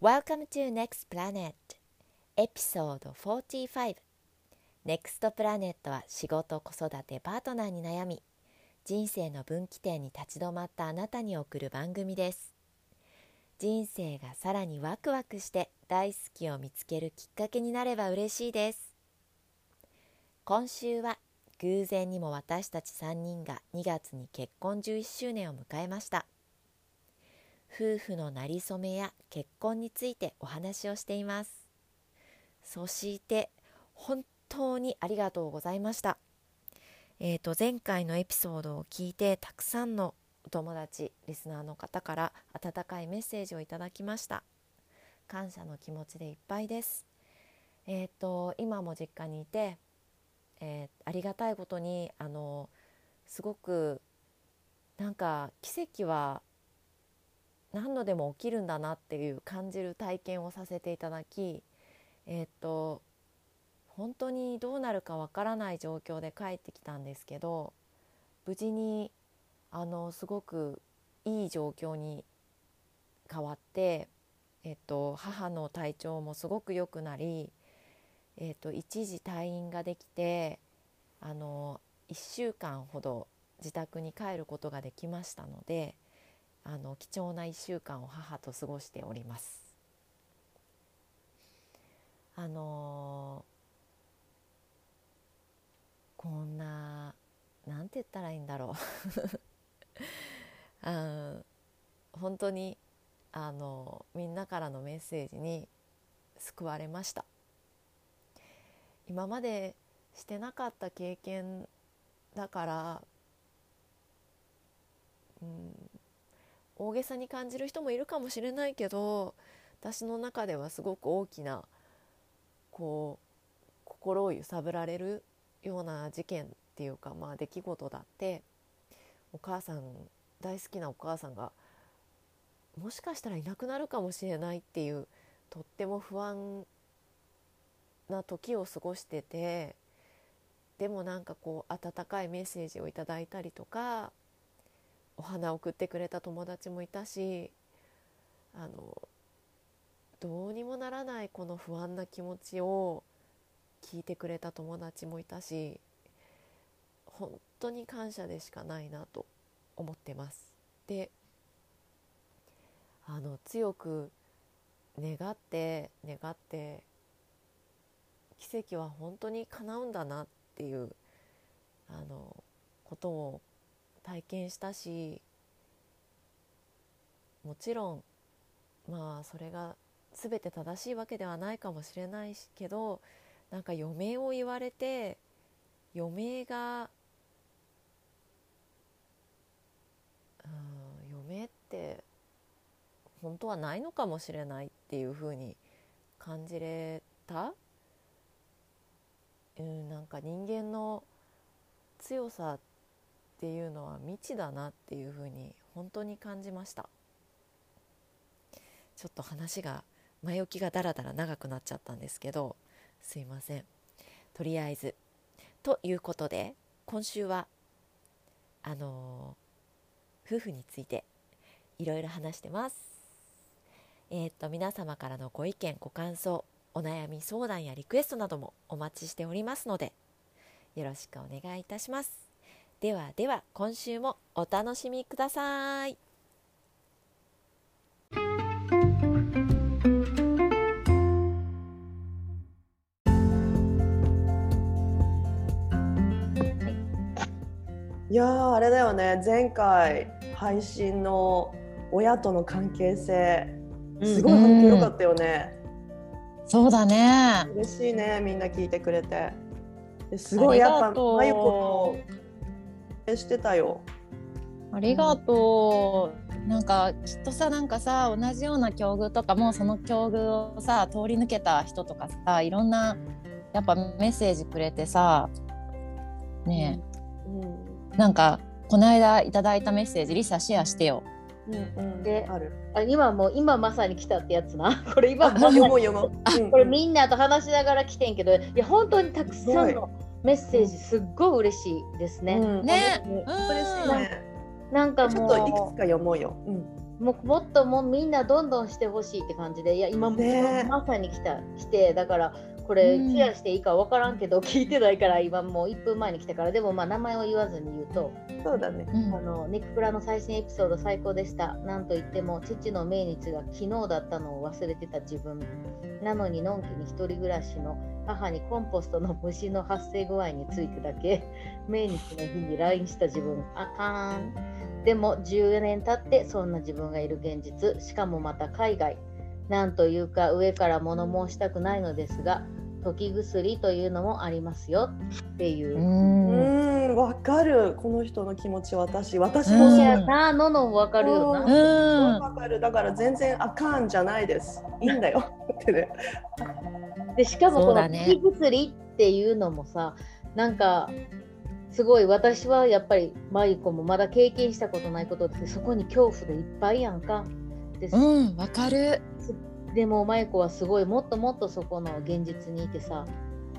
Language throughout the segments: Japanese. Welcome to Next Planet エピソード45 Next Planet は仕事子育てパートナーに悩み人生の分岐点に立ち止まったあなたに送る番組です人生がさらにワクワクして大好きを見つけるきっかけになれば嬉しいです今週は偶然にも私たち3人が2月に結婚11周年を迎えました夫婦のなりそめや結婚についてお話をしていますそして本当にありがとうございましたえー、と前回のエピソードを聞いてたくさんのお友達リスナーの方から温かいメッセージをいただきました感謝の気持ちでいっぱいですえっ、と今も実家にいて、えーありがたいことにあのすごくなんか奇跡は何度でも起きるんだなっていう感じる体験をさせていただきえっ、と本当にどうなるかわからない状況で帰ってきたんですけど無事にあのすごくいい状況に変わって、えっと、母の体調もすごく良くなり、えっと、一時退院ができてあの1週間ほど自宅に帰ることができましたのであの貴重な1週間を母と過ごしております。あのこんななんて言ったらいいんだろう うん本当にあのみんなからのメッセージに救われました今までしてなかった経験だから、うん、大げさに感じる人もいるかもしれないけど私の中ではすごく大きなこう心を揺さぶられるような事件っていうか、まあ、出来事だってお母さん大好きなお母さんがもしかしたらいなくなるかもしれないっていうとっても不安な時を過ごしててでもなんかこう温かいメッセージをいただいたりとかお花を送ってくれた友達もいたしあのどうにもならないこの不安な気持ちを聞いてくれた友達もいたし本当に感謝でしかないなと思ってます。であの強く願って願って奇跡は本当に叶うんだなっていうあのことを体験したしもちろんまあそれが全て正しいわけではないかもしれないしけどなんか余命を言われて余命がうん余命って本当はないのかもしれないっていうふうに感じれた、うん、なんか人間の強さっていうのは未知だなっていうふうに本当に感じましたちょっと話が前置きがだらだら長くなっちゃったんですけどすいませんとりあえずということで今週はあのー夫婦についていろいろ話してますえーっと皆様からのご意見ご感想お悩み相談やリクエストなどもお待ちしておりますのでよろしくお願いいたしますではでは今週もお楽しみくださいいやーあれだよね前回配信の親との関係性すごい反響良かったよね、そうだね嬉しいねみんな聞いてくれてですごいやっありぱがとうまゆことしてたよありがとう。なんかきっとさなんかさ同じような境遇とかもうその境遇をさ通り抜けた人とかさいろんなやっぱメッセージくれてさねうんえなんかこの間いただいたメッセージリサシェアしてよ。うんうんであるあ今もう今まさに来たってやつな これ今あまさ読もにう読もう、うんこれみんなと話しながら来てんけどいや本当にたくさんすごのメッセージすっごい嬉しいですね、うんね嬉しいねなんかちもょうっといくつか読もうよ、うんうもうもっともうみんなどんどんしてほしいって感じでいや今もねえまさに来た来てだからこれうんシェアしていいか分からんけど聞いてないから今もう1分前に来たからでもまあ名前を言わずに言うとそうだね。あのネクプラの最新エピソード最高でした。なんといっても父の命日が昨日だったのを忘れてた自分。なのにのんきに一人暮らしの母にコンポストの虫の発生具合についてだけ命日の日に LINE した自分。あかーん。でも10年経ってそんな自分がいる現実。しかもまた海外。なんというか上から物申したくないのですが、時薬というのもありますよっていう。ううんーん、わかる。この人の気持ち、私、私うもんそ。いうやなあのの分かるよな。うんわかる。だから全然あかんじゃないです。いいんだよ。ってね。でしかもこそうのだね口薬っていうのもさ、なんかすごい私はやっぱりマユ子もまだ経験したことないことですそこに恐怖でいっぱいやんか。ですうんわかるでもマユ子はすごいもっともっとそこの現実にいてさ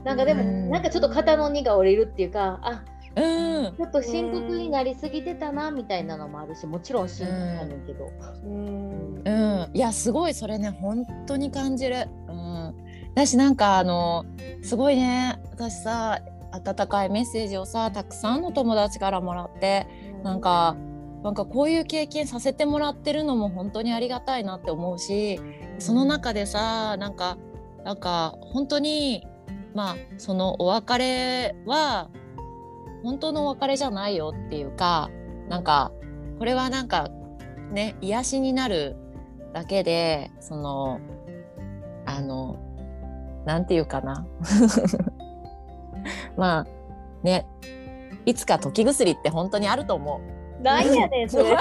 なんかでもうんなんかちょっと肩の荷が折れるっていうかあうんちょっと深刻になりすぎてたなみたいなのもあるしもちろん深刻やねんけど。うーん。うんいやすごいそれね本当に感じるうんだしなんかあのすごいね私さ温かいメッセージをさたくさんの友達からもらってなんかなんかこういう経験させてもらってるのも本当にありがたいなって思うしその中でさなんかなんか本当にまあそのお別れは本当のお別れじゃないよっていうかなんかこれはなんかね癒しになるだけでそのあのなんていうかな まあねいつか時薬って本当にあると思う。なんやねんそれ。いや、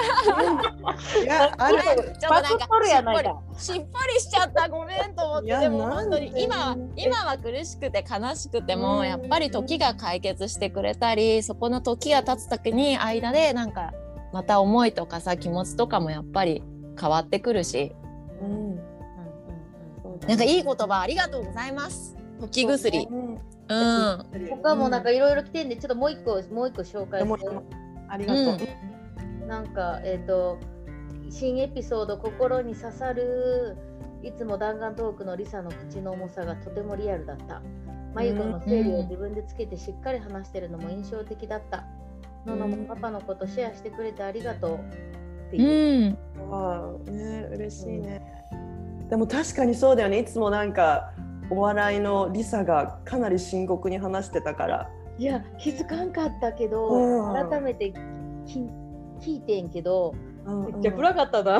ある。ちょバっとなクっんかとるやしっぽないりか。しっぽりしちゃったごめんと思っいてやでもなん本て当に今は今は苦しくて悲しくてうもんやっぱり時が解決してくれたりそこの時が経つ時に間でなんかまた思いとかさ気持ちとかもやっぱり変わってくるしうん。うんうんうんなんかいい言葉ありがとうございます時薬うん。うん他もなんかいろいろ来てんでちょっともう一個もう一個紹介でもして。ありがとう。なんかえっ、と新エピソード「心に刺さる」いつも弾丸トークのリサの口の重さがとてもリアルだった。マユコの整理を自分でつけてしっかり話してるのも印象的だった。ののもパパのことシェアしてくれてありがとう。っていう。うんわあね嬉しいね、でも確かにそうだよねいつもなんかお笑いのリサがかなり深刻に話してたからいや気づかんかったけど、うん改めて聞聞いてんけど、うんうんかったな。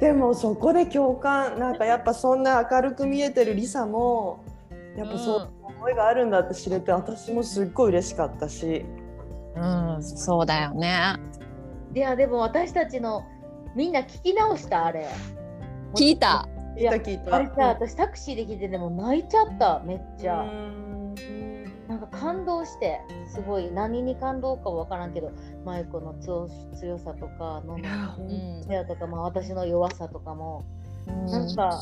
でもそこで共感なんかやっぱそんな明るく見えてるリサもやっぱそういう思いがあるんだって知れて私もすっごい嬉しかったしうんそうだよねいやでも私たちのみんな聞き直したあれ。聞いた聞いいやた聞いたあれさ、私タクシーで聞いてても泣いちゃっためっちゃ、うんなんか感動してすごい何に感動かわからんけどマイコの強強さとかのいやう本ん強さとか、まあ、私の弱さとかも、うなんか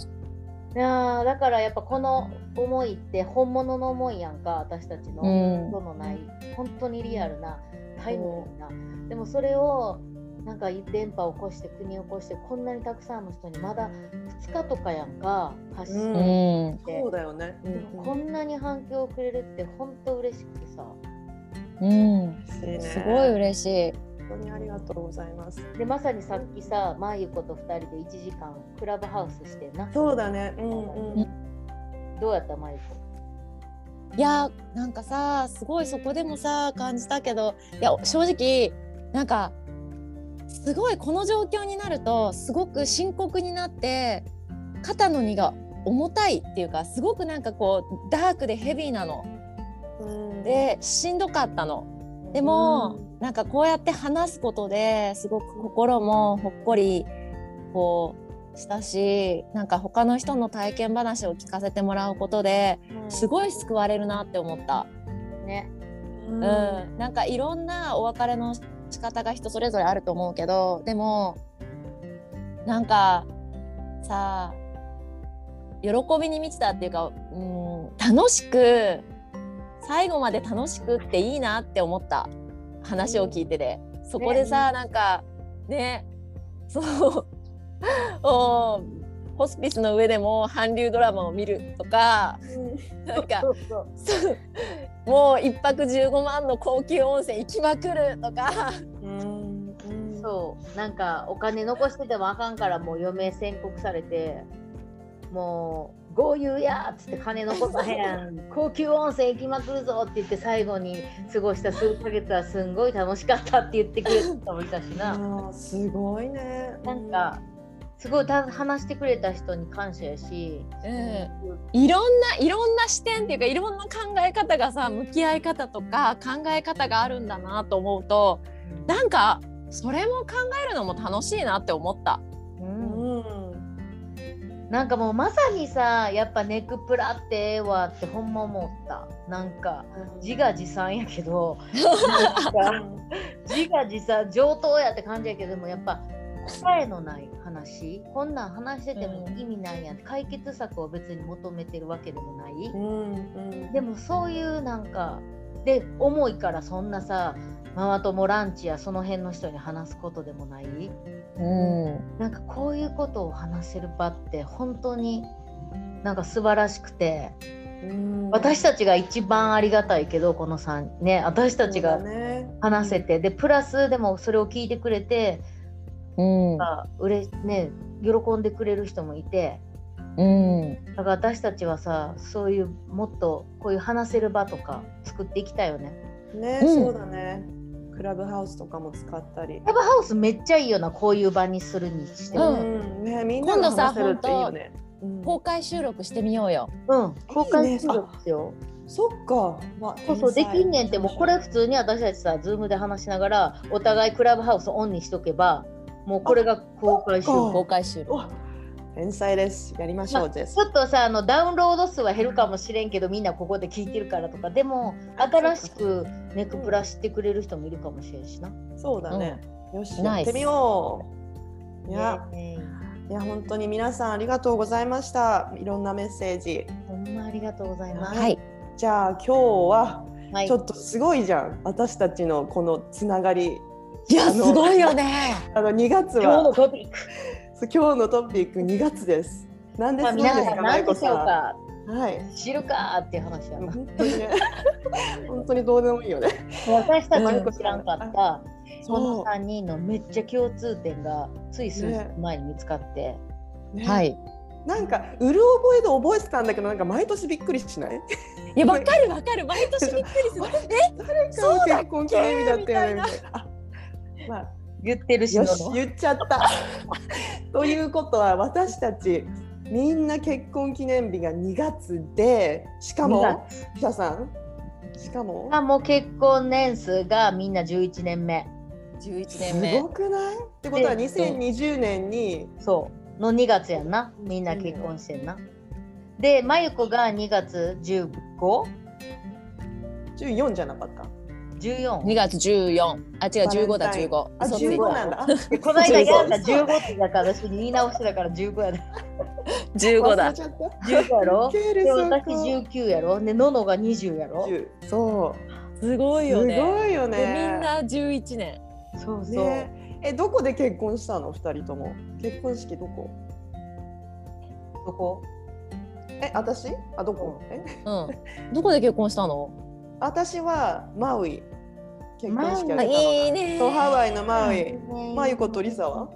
いやーだからやっぱこの思いって本物の思いやんか私たちの、うんことのない本当にリアルなタイムリーなでもそれをなんか電波を起こして国を起こしてこんなにたくさんの人にまだ2日とかやんか発信ううんして、そうだよね、うんでもこんなに反響をくれるって本当嬉しくてさうん嬉しいねすごい嬉しい本当にありがとうございますでまさにさっきさまゆこと2人で1時間クラブハウスしてんなそうだねうんうんどうやったまゆこいやなんかさすごいそこでもさ感じたけどいや正直なんかすごいこの状況になるとすごく深刻になって肩の荷が重たいっていうかすごくなんかこうダークでヘビーなのうんでしんどかったの。でも、なんかこうやって話すことですごく心もほっこりこうしたしなんか他の人の体験話を聞かせてもらうことですごい救われるなって思った。ねうんうん、なんかいろんなお別れの仕方が人それぞれあると思うけどでもなんかさ喜びに満ちたっていうか、うん、楽しく最後まで楽しくっていいなって思った話を聞いてて、そこでさ、なんかねそう おホスピスの上でも韓流ドラマを見るとかなんかそうそうそう もう一泊15万の高級温泉行きまくるとかうんうんそうなんかお金残しててもあかんからもう余命宣告されてもう豪遊やっつって金残さへ ん高級温泉行きまくるぞって言って最後に過ごした数ヶ月はすんごい楽しかったって言ってくれた人もいたしあなーすごいね。なんかすごいた話してくれた人に感謝やしうん、いろんないろんな視点っていうかいろんな考え方がさ向き合い方とか考え方があるんだなと思うとなんかそれも考えるのも楽しいなって思った。うんうん、なんかもうまさにさやっぱネクプラってええわってほんま思ったなんか自画自賛やけどなんか自画自賛上等やって感じやけどでもやっぱ答えのない話こんなん話してても意味ないやん、解決策を別に求めてるわけでもない、うんうんでもそういうなんかで重いからそんなさママ友ランチやその辺の人に話すことでもないうんなんかこういうことを話せる場って本当になんか素晴らしくてうん私たちが一番ありがたいけどこの3ね私たちがそうだね話せてでプラスでもそれを聞いてくれてうんがうれね喜んでくれる人もいてうんだから私たちはさそういうもっとこういう話せる場とか作っていきたいよねね、うんそうだね。クラブハウスとかも使ったり。ラブハウスめっちゃいいよなこういう場にするにしてもんうん、ね、みんなが話せるっていいよね。うん公開収録してみようよ。うん公開すいいるねんですよそっか、まあ、そうそうで天才きんねんってもうこれ普通に私たちさズームで話しながらお互いクラブハウスオンにしとけばもうこれが公開収そっ録か公開収録。お天才です。やりましょうですち。ょっとさあのダウンロード数は減るかもしれんけどみんなここで聞いてるからとかでも新しくネクプラ知ってくれる人もいるかもしれんしな。そうだね。よし、ナやイっスてみよう。いや、ねいや、本当に皆さんありがとうございました。いろんなメッセージ。えほんまありがとうございます。はい。じゃあ、今日ははいちょっとすごいじゃん。私たちのこのつながり。いやあのすごいよ ね。あの2月今日のはトピックそう今日のトピック2月です。なんですはか、皆ですさか、んまゆ何こでしょうさかん。はい。知るかっていう話やな。本当にね 本当にどうでもいいよね。私たちも知らんかったそのう3人のめっちゃ共通点がつい数日前に見つかって。ねはい。なんかうる覚えで覚えてたんだけどなんか毎年びっくりしない？いやわかるわかる毎年びっくりする。そうだ結婚記念日だったよねみたいな。あまあ言ってるしよし言っちゃった。 ということは私たちみんな結婚記念日が2月でしかもひささんしかもあもう結婚年数がみんな11年目十一す年目。ごくない？ってことはで2020年にそうの2月やんなみんな結婚してんな。でまゆこが2月14じゃなかった。二 15?14? 月十四。あ違う十五だバレ十ンタ五。あ嘘つい15なんだ。あこの間やんだ15 15ってだから私言い直してたから15やでう十五忘れだ。ちゃった。 15やろいけるでそこ私19やろでののが20やろ10そすごういすよごね。いよねでみんな十一年。そうそう、ねえどこで結婚したの二人とも結婚式どこそこえ私あどこえうん。どこで結婚したの？私はマウイ結婚式あげたのマウいいねそうハワイのマウイマユコとリサは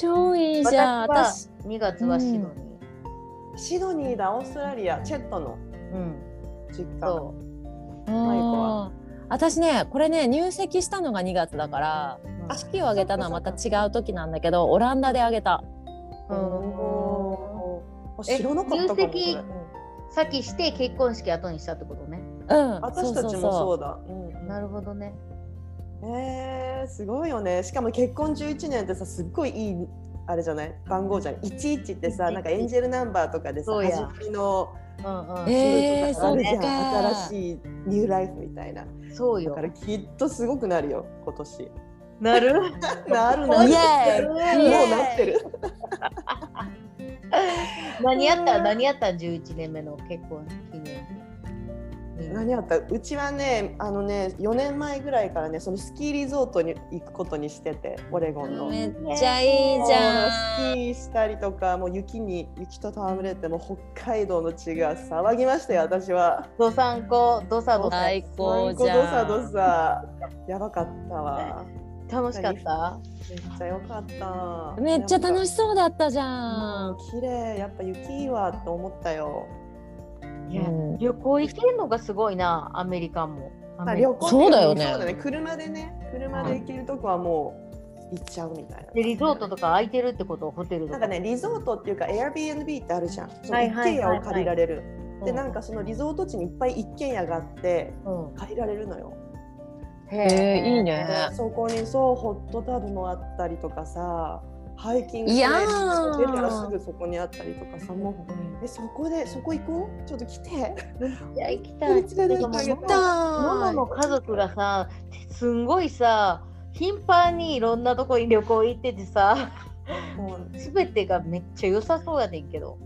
超いいじゃん。私私。は2月はシドニー、シドニーだオーストラリアチェットのうん、実家そうゆこはあー私ねこれね入籍したのが2月だからあ式を挙げたのはまた違う時なんだけどオランダで挙げたおーあえ知らなかったかも入籍それうん先して結婚式後にしたってことねうん私たちもそうだうんうんなるほどねえー、すごいよねしかも結婚11年ってさすっごいいいあれじゃない番号じゃない11ってさなんかエンジェルナンバーとかでさそうや始まりのうんうん、えーあるじゃそっかん新しいニューライフみたいなそうだよからきっとすごくなるよ今年なる なるイなエーイるもうなってる何やった何やったん11年目の結婚記念日何あったうちはねあのね4年前ぐらいからねそのスキーリゾートに行くことにしててオレゴンの。めっちゃいいじゃん。そうスキーしたりとかもう雪に雪と戯れてもう北海道の地が騒ぎましたよ私は。ドサンコドサドサ最高じなゃんかどさどん。さやばかったわ。楽しかっためっちゃ良かった。めっちゃ楽ししそうだったじゃうんん。綺麗やっぱ雪いいわと思ったよ。いや旅行行けるのがすごいなアメリカもアまあメリカ旅行っていかそうだよねそうだね。車でね、車で行けるとこはもう行っちゃうみたいな。でリゾートとか空いてるってことホテルとなかんかね、リゾートっていうか Airbnb ってあるじゃん。そのはい一はい軒はいはい家を借りられる。うんで、なんかそのリゾート地にいっぱい一軒家があってうん借りられるのよ。へえいいね。そこにそうホットタブもあったりとかさ、ハイキングいやねー出たらすぐそこにあったりとかさ、もうえそこでそこ行こうちょっと来ていや行きたい。これ連れて行ってあげたいてかもうママの家族がさ、すんごいさ、頻繁にいろんなとこに旅行行っててさ、 もうすべてがめっちゃ良さそうやねんけど。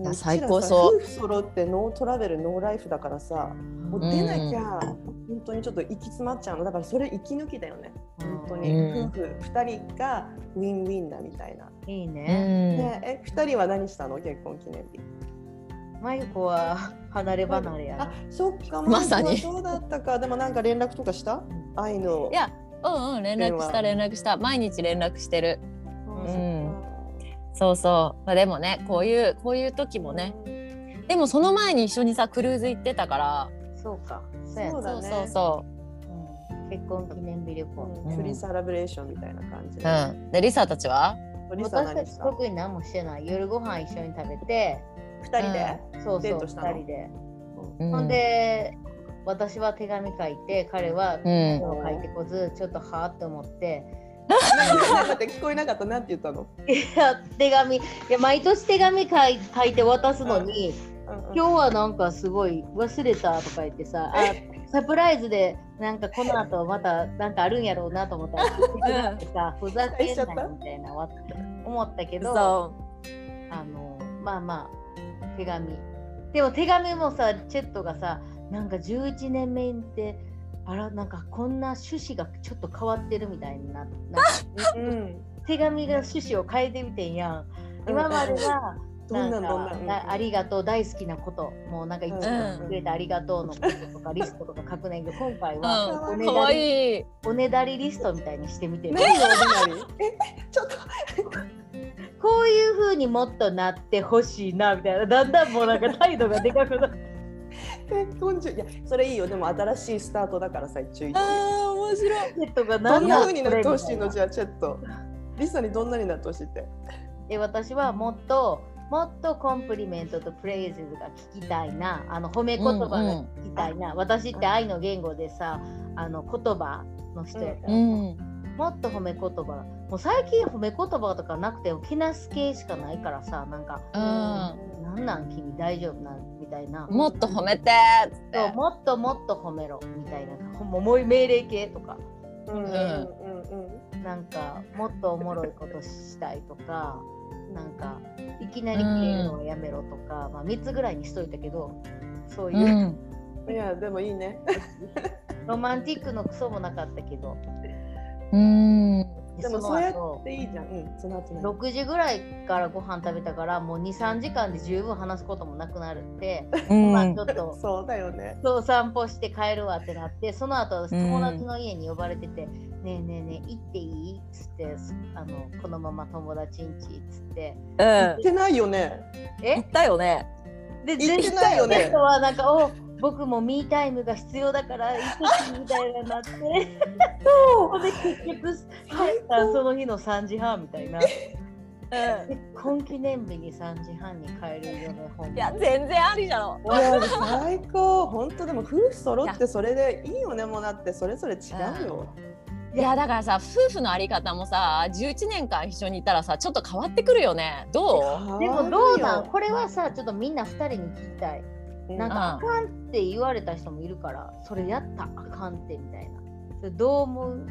いうやうちらさ最高そう夫婦揃ってノートラベルノーライフだからさもう出なきゃ本当にちょっと行き詰まっちゃうのだからそれ息抜きだよね本当にうん夫婦2人がウィンウィンだみたいな、いいうね。ん。ねえ2人は何したの結婚記念日マユコは離れ離れやあな。そっかまさにマイクはそうだったかでもなんか連絡とかした愛のいやうんうん連絡した連絡した毎日連絡してる。うんうんそうそう。まあでもねこういうこういう時もね。でもその前に一緒にさクルーズ行ってたから。そうか。そうやそなうだそねうそうそうん結婚記念日旅う行。んフリーサラブレーションみたいな感じう。うん。でリサたちは？うん、リサ私何たしちた2特に何もしてない。夜ご飯一緒に食べて、人で、そうデそーう、トしたの二人で。うほんん。で、私は手紙書いて、彼うはん。もう書いてこず、ちょっとはーって思って、なんかなんかって聞こえなかったなんて言ったの、いや手紙いや毎年手紙書い書いて渡すのに、うんうん今日はなんかすごい忘れたとか言ってさ、あサプライズでなんかこの後またなんかあるんやろうなと思ったら、 うんさふざけん期待しちゃなったよみたいなわ思ったけど、そあのまあまあ手紙。でも手紙もさチェットがさなんか11年目ってあらなんかこんな趣旨がちょっと変わってるみたいになって。うん手紙が趣旨を変えてみてんやん。今までは どんなんどんかなんなありがとう大好きなこともうなんか一番うんくれてありがとうのこととかリストとか書くねんけど今回はうおんう。ねかだわりいい。おねだりリストみたいにしてみてる何のお隣えちょっとこういう風にもっとなってほしいなみたいなだんだんもうなんか態度がでかくなって結婚中いやそれいいよでも新しいスタートだからさ一応ああ面白い。ネットがどんなだ風になってほしいこのれみたなじゃあちょっとリサにどんなになってほしいってで私はもっともっとコンプリメントとプレイズが聞きたいなあの褒め言葉が聞きたいな、私って愛の言語でさあの言葉の人やから、うん。もっと褒め言葉もう最近褒め言葉とかなくてけなす系しかないからさなんか「うん。なんなん君大丈夫なん?」みたいなもっと褒めてーっつっそうて。もっともっと褒めろ」みたいなほんまもう命令系とかうんうんうんなんかもっとおもろいことしたいとかなんかいきなり消えるのをやめろとか、まあ、3つぐらいにしといたけどそういうう、ん。うんいやでもいいねロマンティックのクソもなかったけどうん。でものそうや後っていいじゃんうんその後ね6時ぐらいからご飯食べたからもう23時間で十分話すこともなくなるって、まあちょっとそうだよねそう散歩して帰るわってなってその後私うん友達の家に呼ばれてて「ねえねえねえ行っていい?」っつってあの「このまま友達んち」っつってうん行っ。てないよねえ行ったよね。で行ってないよね全然人はなんか「お僕もミータイムが必要だから行く」みたいになってそうで結局帰ったらその日の3時半みたいなう今記念日に3時半に帰るよねほんん。いまや全然ありだろ。いや最高本当でも夫婦揃ってそれでいいよねもうなってそれぞれ違うよいやだからさ夫婦のあり方もさ11年間一緒にいたらさちょっと変わってくるよねどでもどうなんここれはさちょっとみんな2人に聞きたい。れなんか、あうかんって言われた人もいるから、それやった、あかんってみたいな。それどう思うう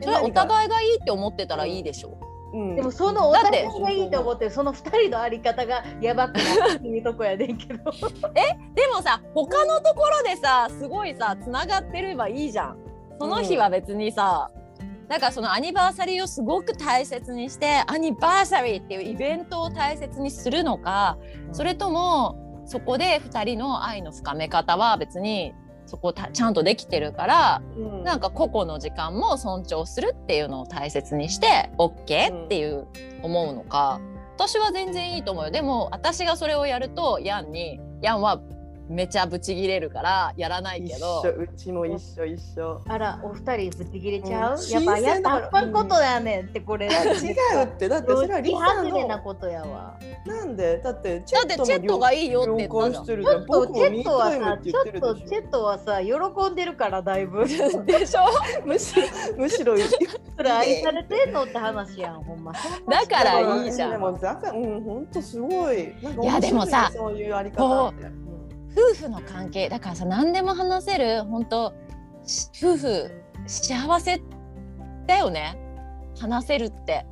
それはお互いがいいって思ってたらいいでしょうんでもそのお互だっいてがいいと思ってるその二人のあり方がやばくなっていうとこやねんけでどもさ他のところでさすごいさつながってればいいじゃんその日は別にさ、なんかそのアニバーサリーをすごく大切にしてアニバーサリーっていうイベントを大切にするのか、それともそこで2人の愛の深め方は別にそこたちゃんとできてるからうんなんか個々の時間も尊重するっていうのを大切にして OK っていう思うのか、私は全然いいと思うよでも私がそれをやるとヤンにヤンはめちゃブチギレるからやらない一けど緒うちも一緒一緒 あらお二人ぶち切れちゃう、うんやっぱ新やっ鮮だかぱやらっぱことやねんってこれいや違うってだってそれはリサ外れなのことやわなんでだってチだってチェットがいいいよって言ったじゃん。してるちじゃょんっと僕チもェッミートトはタイムっさてち言ってょるっとでチしょェットはさ喜んでるからだいぶ でしょむしろむしろそれ愛されてんのって話やんほんまだからいいじゃでん。もだからうん本当すごいなんか面白いいやでもさそういうあり方って夫婦の関係だからさ何でも話せる本当し夫婦幸せだよね話せるって。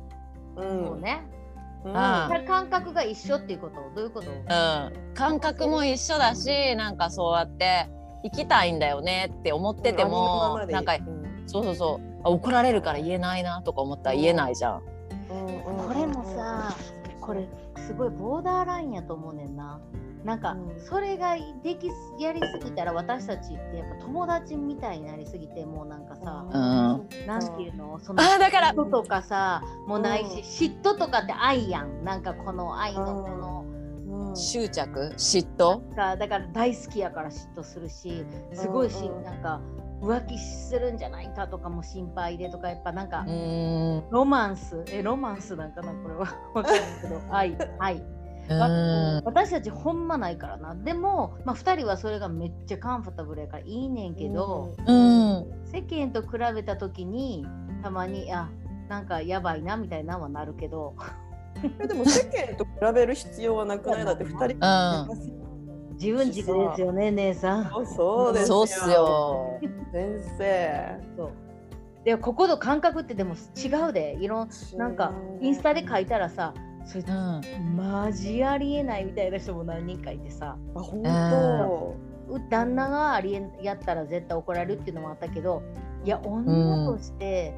うんそうねうんあ感覚が一緒っていうことどういうことうん、感覚も一緒だしなんかそうやって行きたいんだよねって思ってても、ありなのまんまかでいいそうそうそうあ怒られるから言えないなとか思ったら言えないじゃん。うんうんうんこれもさこれすごいボーダーラインやと思うねんななんかうんそれができすやりすぎたら私たちってやっぱ友達みたいになりすぎてもうなんかさうんなんていうのそのあーだから嫉妬とかさもないし嫉妬とかって愛やんなんかこの愛のうんこのうん執着嫉妬がだから大好きやから嫉妬するしすごいしうんうんなんか浮気するんじゃないかとかも心配でとかやっぱなんかうーんロマンスえロマンスなんかなこれは わかんないけど愛愛う私たちほんまないからなでも、まあ、2人はそれがめっちゃカンファタブルやからいいねんけど、ーんうん世間と比べた時にたまにあなんかやばいなみたいなのはなるけどいやでも世間と比べる必要はなくないだって二人自分軸ですよね姉さん。そうそうですそうっす よ。先生そうでここの感覚ってでも違うでいろんなんかインスタで書いたらさそれうんマジありえないみたいな人も何人かいてさあ本当う旦那がありえんやったら絶対怒られるっていうのもあったけどいや女として、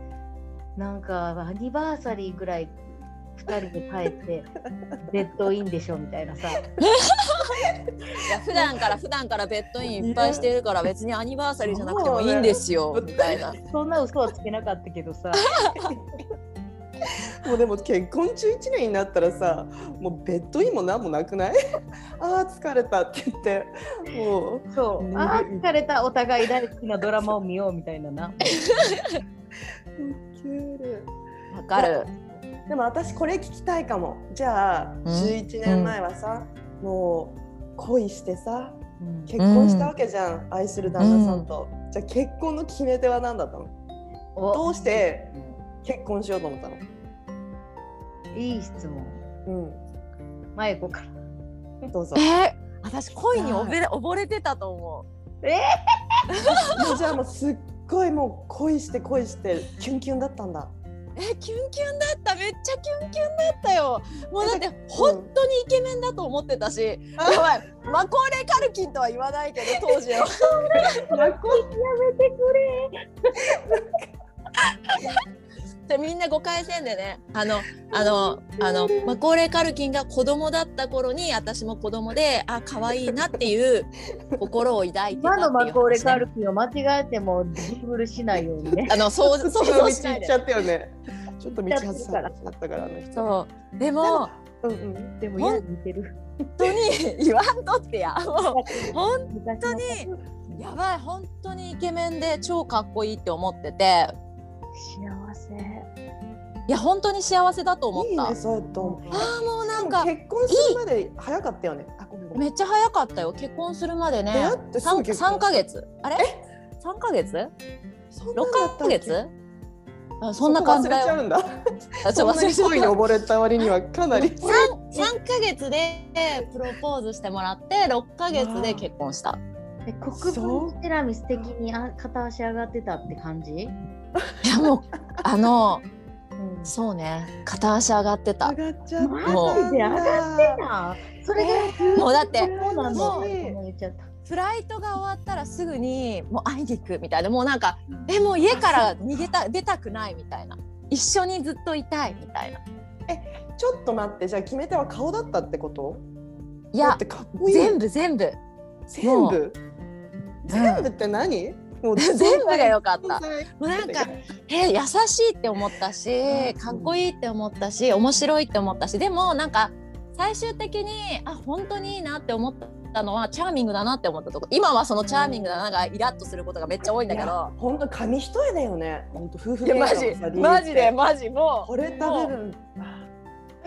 なんかアニバーサリーぐらい2人で帰って ベッドインでしょみたいなさいや普段から普段からベッドインいっぱいしてるから別にアニバーサリーじゃなくてもいいんですよみたいな。そんな嘘はつけなかったけど さもうでも結婚中一年になったらさもうベッドインも何もなくない あー疲れたって言ってもうそうあー疲れたお互い大好きなドラマを見ようみたいななウケるわかる。でも私これ聞きたいかもじゃあ11年前はさ、もう恋してさうん結婚したわけじゃん、愛する旦那さんと、じゃあ結婚の決め手は何だったのおどうして結婚しようと思ったのいい質問うマユ子からんどうぞえー私恋に溺れ溺れてたと思もうじゃあもうすっごいもう恋して恋してキュンキュンだったんだう。えキュンキュンだっためっちゃキュンキュンだったよ。もうだって本当にイケメンだと思ってたし、やばいマコーレーカルキンとは言わないけど当時は。楽でみんな誤解せんでねあのあのあのマコーレーカルキンが子供だった頃に私も子供であ可愛いなっていう心を抱いてたっていう話、ね、。今のマコーレ・カルキンを間違えてもジブルしないようにねあのそう そそうう道そう行っしないでちゃったよねちょっと道外されちゃったからあの人そうでもうんうんでも、いや、似てる。本当に言わんとって やもうほん当にやばい本当にイケメンで超かっこいいって思ってて幸せ。いや本当に幸せだと思っいいたねそうやって思うああもうなんか結婚するまで早かったよねあごめんごめんめっちゃ早かったよ結婚するまでね出会ってすぐ三結婚三ヶ月あれ三ヶ月そんな六んだったヶっけ月あそんな感じだ忘れちゃよ。うんだあちそょんなに恋に忘れちゃっ溺れた割にはかな りた三三ヶ月でプロポーズしてもらって六ヶ月で結婚した。え国分ティラミス的にあ片足上がってたって感じ、いやもうあのうんそうね片足上がってた上がっちゃったんだ。マジで上がってたそれがもうだってそうなものう言っちゃっフライトが終わったらすぐにもう会いに行くみたいなもうなんかえもう家から逃げた出たくないみたいな一緒にずっといたいみたいなちょっと待ってじゃあ決め手は顔だったってこと？いだっやてかっこいい。全部全部全も部全部って何？も う全部が良かった存在もうなんかえ優しいって思ったしかっこいいって思ったし面白いって思ったしでもなんか最終的にあ本当にいいなって思ったのはチャーミングだなって思ったとこ今はそのチャーミングだながイラッとすることがめっちゃ多いんだけいやど本当紙一重だよね。本当夫婦いや喧嘩マのジさマジで理由ってマジもうこれ食べるんだ。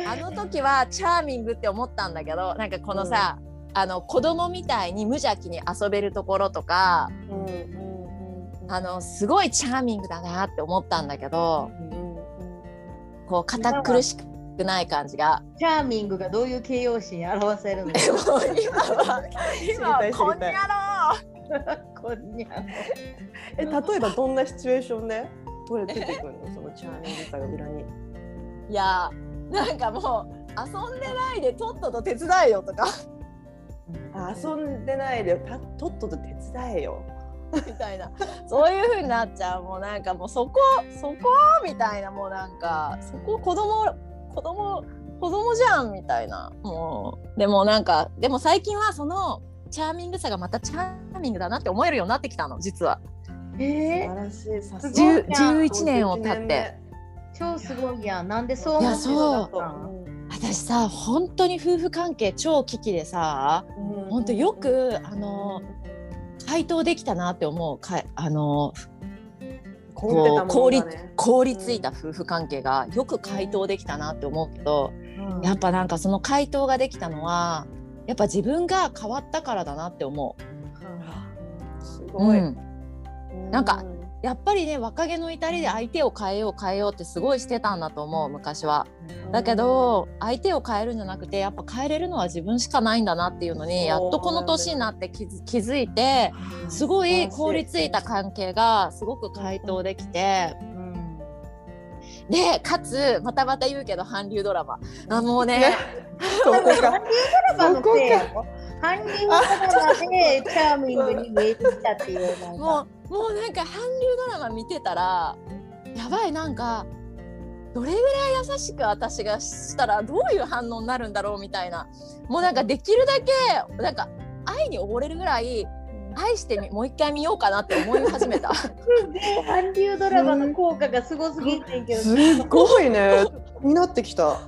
あの時はチャーミングって思ったんだけどなんかこのさ、あの子供みたいに無邪気に遊べるところとかうんうんうんあのすごいチャーミングだなって思ったんだけど うんうんこう堅苦しくない感じがたチャーミングがどういう形容詞に表せるの今は今知はりたいこんにゃろう こんにゃえ例えばどんなシチュエーションでどれ出てくるのそのチャーミングさが裏に。いやなんかもう遊んでないでとっとと手伝えよとかあ遊んでないでたとっとと手伝えよ。 みたいなそういう風になっちゃうもうなんかもうそこそこみたいなもうなんかそこ子供子供子供じゃんみたいなもうでもなんかでも最近はそのチャーミングさがまたチャーミングだなって思えるようになってきたの実は素え晴らしい。さすが10じゃあ11年を経って。超すごいやんなんでそうい思やってそうるのだったのう私さ本当に夫婦関係超危機でさん本当よくあの回答できたなって思うかあのここうう凍ってたものがね凍りついた夫婦関係がよく回答できたなって思うけど、うんやっぱなんかその回答ができたのはやっぱ自分が変わったからだなって思すう、ごい。うんなんかやっぱりね若気の至りで相手を変えよう変えようってすごいしてたんだと思う昔はだけど相手を変えるんじゃなくてやっぱ変えれるのは自分しかないんだなっていうのにやっとこの年になって気づ気づいてすごい凍りついた関係がすごく回答できてうんでかつまたまた言うけど韓流ドラマあもうねねそこ韓流ドか。ラマのせそいやろ韓流ドラマでチャーミングに見えてきたっていうなんもかうもうなんか韓流ドラマ見てたらやばいなんかどれぐらい優しく私がしたらどういう反応になるんだろうみたいなもうなんかできるだけなんか愛に溺れるぐらい愛してみもう一回見ようかなって思い始め た韓流ドラマの効果がすごすぎてんけ どすっごいね。になってきた。本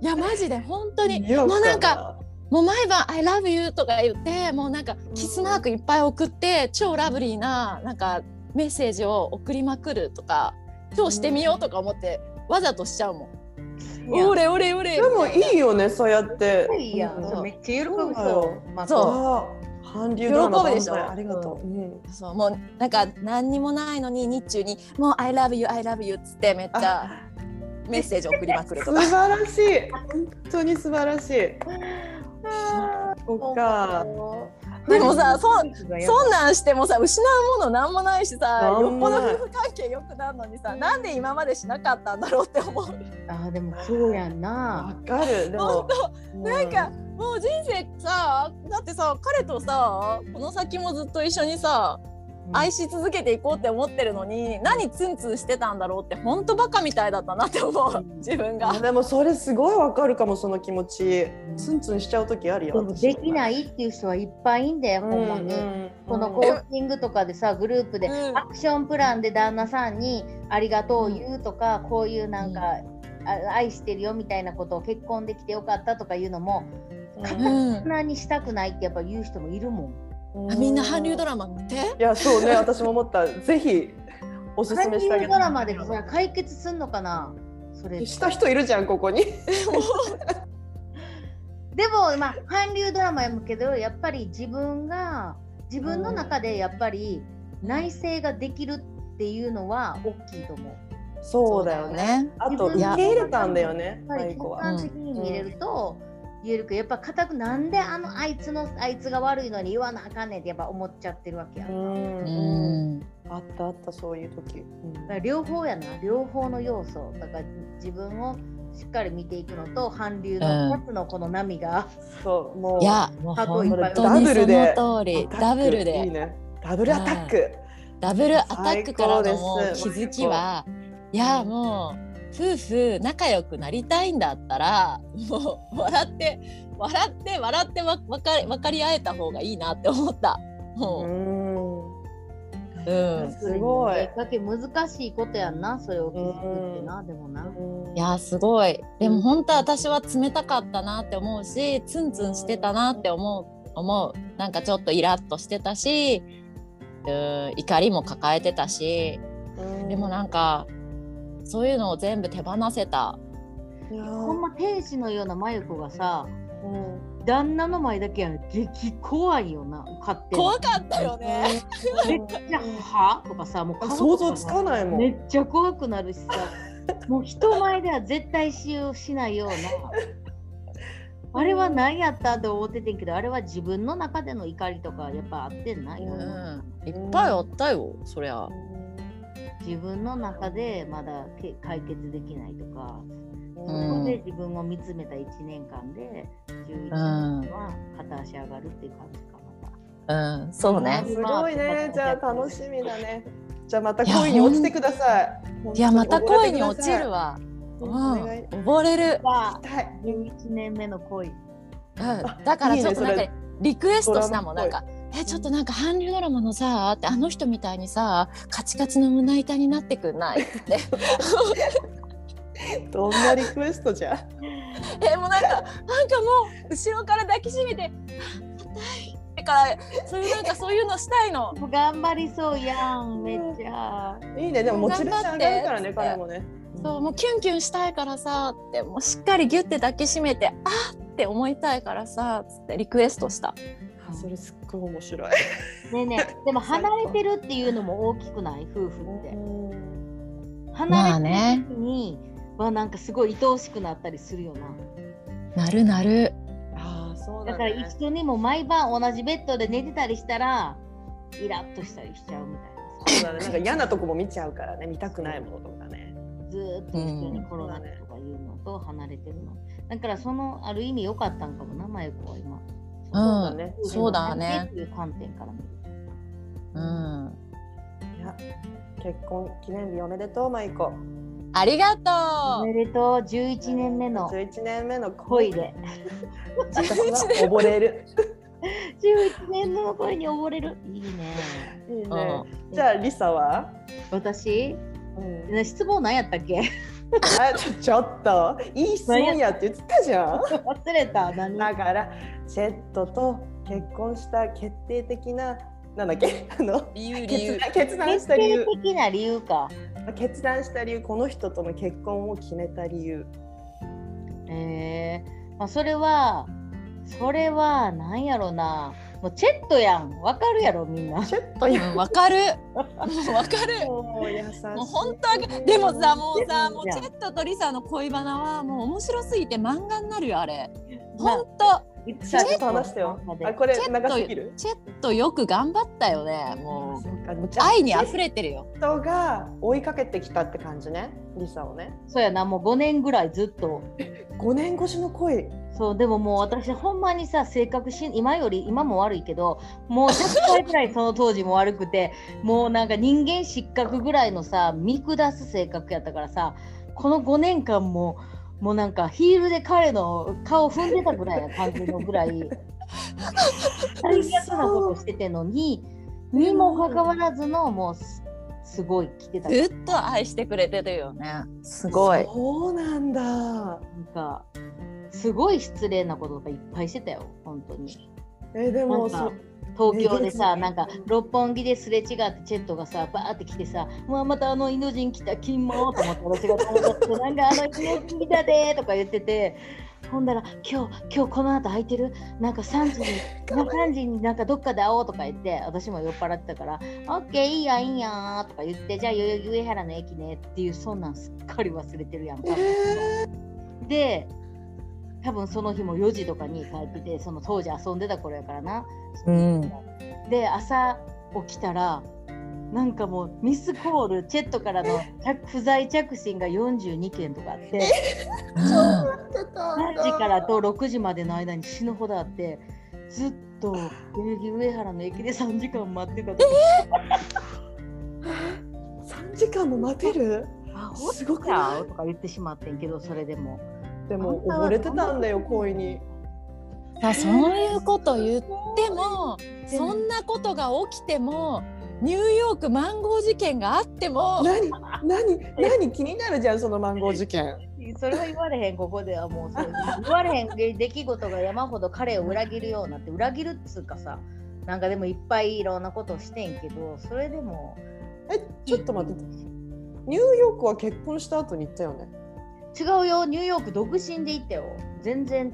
いやマジで本当にもうなんか。もう毎晩「I love you」とか言ってもうなんかキスマークいっぱい送って超ラブリーななんかメッセージを送りまくるとか超してみようとか思ってわざとしちゃうもん。いやオレオレオレでもいいよね、そうやって。いいやんうんそうめっちゃ喜ぶそうだそようまあそああ韓流ドラマ喜ぶでしょ万歳ありがとう。うんそうもうなんか何にもないのに日中に「もう I love you I love you」っつってめっちゃメッセージ送りまくる素と か。晴らしい。本当に素晴らしい。そっか。でもさそんそんなんしてもさ失うものなんもないしさなんよもっぽなどい夫婦関係良くなるのにさなんで今までしなかったんだろうって思うあでもそうやんなわかる。でも本ななんかもう人生さだってさ彼とさこの先もずっと一緒にさ愛し続けていこうって思ってるのに何ツンツンしてたんだろうってほんとバカみたいだったなって思う自分が。でもそれすごいわかるかもその気持ち。ツンツンしちゃう時あるでよ。。もできないいっていう人はいっぱいいんだようほんんうまに。ん。このコーチングとかでさグループでうんアクションプランで旦那さんに「ありがとう」言うとかこういうなんか「あ愛してるよ」みたいなことを結婚できてよかったとか言うのもうんそんなにしたくないってやっぱ言う人もいるもん。あみんな韓流ドララマ見てマ。いやそうね。私も思った。ぜひおすす韓め流してあげドたいラマでそれ解決すんのかなそれした人いるじゃんここに。でもまあ韓流ドラマやむけどやっぱり自分が自分の中でやっぱり内省ができるっていうのは大きいと思う。そうだよね。。あと受け入れたんだよね。やっぱり愛客子は。観的に見れると、ゆるくやっぱ固くなんであのあいつのあいつが悪いのに言わなあかんねんってやっぱ思っちゃってるわけやんうか,、んうんあったあったそういう時、うんだから両方やな両方の要素だから自分をしっかり見ていくのと韓流の2つのこの波が、そうもういやもうあとほいんっぱい本当にダブルそでの通りアタックダブルいいでねダブルアタック、ダブルアタックから最の高もでうす気づきはいやもう夫婦仲良くなりたいんだったらもう笑って笑って笑ってわ分かり分かり合えた方がいいなって思った。うもんう うんすごいおかけ難しいことやんなそれを気づくってなでもな、いやすごいでも本当は私は冷たかったなって思うしツンツンしてたなって思う思うなんかちょっとイラッとしてたしうん怒りも抱えてたしでもなんかそういうのを全部手放せたいやほんま天使のような真由子がさ旦那の前だけやん激怖いよな勝手に怖かったよね。じゃはとかさもう顔想とか像つかないもん、めっちゃ怖くなるし さもう人前では絶対使用しないようなあれは何やったって思っててんけどあれは自分の中での怒りとかやっぱあってんな、いろんうなんいっぱいあったよそりゃ。自分の中でまだけ解決できないとか、うそこんで自分を見つめた1年間で11年は片足上がるっていう感じかまた。うんそうね。すごいねじゃあ楽しみだねじゃあまた恋に落ちてくださいいやまた恋に落ちるわわ。うおん願いし溺れる。さあたい11年目の恋うんだからちょっとなんいいねかリクエストしたもんドなラんマっか。えちょっとなんか韓流ドラマのさってあの人みたいにさカチカチの胸板になってくんない どんなリクエストじゃえもうなんかなんかもう後ろから抱きしめて「あ硬い」ってからそういうなんかそういうのしたいのもう頑張りそうやんめっちゃ。いいねでもモチベーション上がるからね頑張彼ってもねそうもうキュンキュンしたいからさってもうしっかりギュって抱きしめて「あっ!」って思いたいからさつってリクエストしたあそれすっごい面白いねえね えでも離れてるっていうのも大きくない夫婦って。ま離あれてねる時にはなんかすごい愛おしくなったりするよな。なるなるああそうだだからね一緒にも毎晩同じベッドで寝てたりしたらイラッとしたりしちゃうみたいそうなさ。だねなんか嫌なとこも見ちゃうからね見たくないものとかねずーっと一緒に転がるとかいうのと離れてるの。だからそのある意味良かったんかもな、まゆこは今。うそうだんねそうだねっていう観点から見ると。うんいや結婚記念日おめでとうマイコありがおとめうでとう、11年目の11年目の 恋で。私は溺れる11年目の恋に溺れる。いいね。いいねうんじゃあリサは、私うん、ね失望なんやったっけ あちょ ちょっといい質問やって言ってたじゃん忘れた何だからシェットと結婚した決定的ななんだっけあの理由理決由断決断し決た理定由的な理由か、決断した理由この人との結婚を決めた理由えーまあ、それはそれは何やろなもうチェットやんわかるやろみんなちょっとやうんわかる わかるもう優しいもう本当あげでもさもうさもういやチェットとリサの恋バナはもう面白すぎて漫画になるよあれ本当いちょっと話してよあこれ長すぎるチェットよく頑張ったよねもうそうかもうじゃあ愛に溢れてるよ チェットが追いかけてきたって感じねリサをねそうやなもう5年ぐらいずっと5年越しの恋そうでももう私ほんまにさ性格し今より今も悪いけどもう100回ぐらいその当時も悪くてもうなんか人間失格ぐらいのさ見下す性格やったからさこの5年間ももうなんかヒールで彼の顔踏んでたぐらいな感じのぐらい最悪なことしててのににもかかわらずのもうすすごい来てたからずっと愛してくれてるよねすそうなんだなんかすごい失礼なこととかいっぱいしてたよ本当に。えでもなんそか東京でさ、ねなんか六本木ですれ違ってチェットがさバーって来てさ「うわまたあのインド人来た金も」と思って私が友達 と「なんかあのインド人来たで」とか言っててほんだら「今日今日この後空いてるなんか3時に3時になんかどっかで会おう」とか言って私も酔っ払ってたから「オッケーいいやいいや」とか言って「じゃあ代々木上原の駅ね」っていうそんなんすっかり忘れてるやんか。で多分その日も4時とかに帰っててその当時遊んでた頃やからな。うんで朝起きたらなんかもうミスコールチェットからの着不在着信が42件とかあって。3時からと6時までの間に死ぬほどあってずっと代々木上原の駅で3時間待ってたと三時間も待てる。かほんとすごくなないとか言ってしまってんけどそれでもでも溺れてたんだよ恋に。さそういうこと言ってもそんなことが起きてもニューヨークマンゴー事件があっても何何何気になるじゃんそのマンゴー事件。それは言われへんここではもうそう言われへん出来事が山ほど彼を裏切るようになって裏切るっつうかさなんかでもいっぱいいろんなことしてんけどそれでもえちょっと待って。ニューヨークは結婚した後に行ったよね。違うよニューヨーク独身で行ったよ全然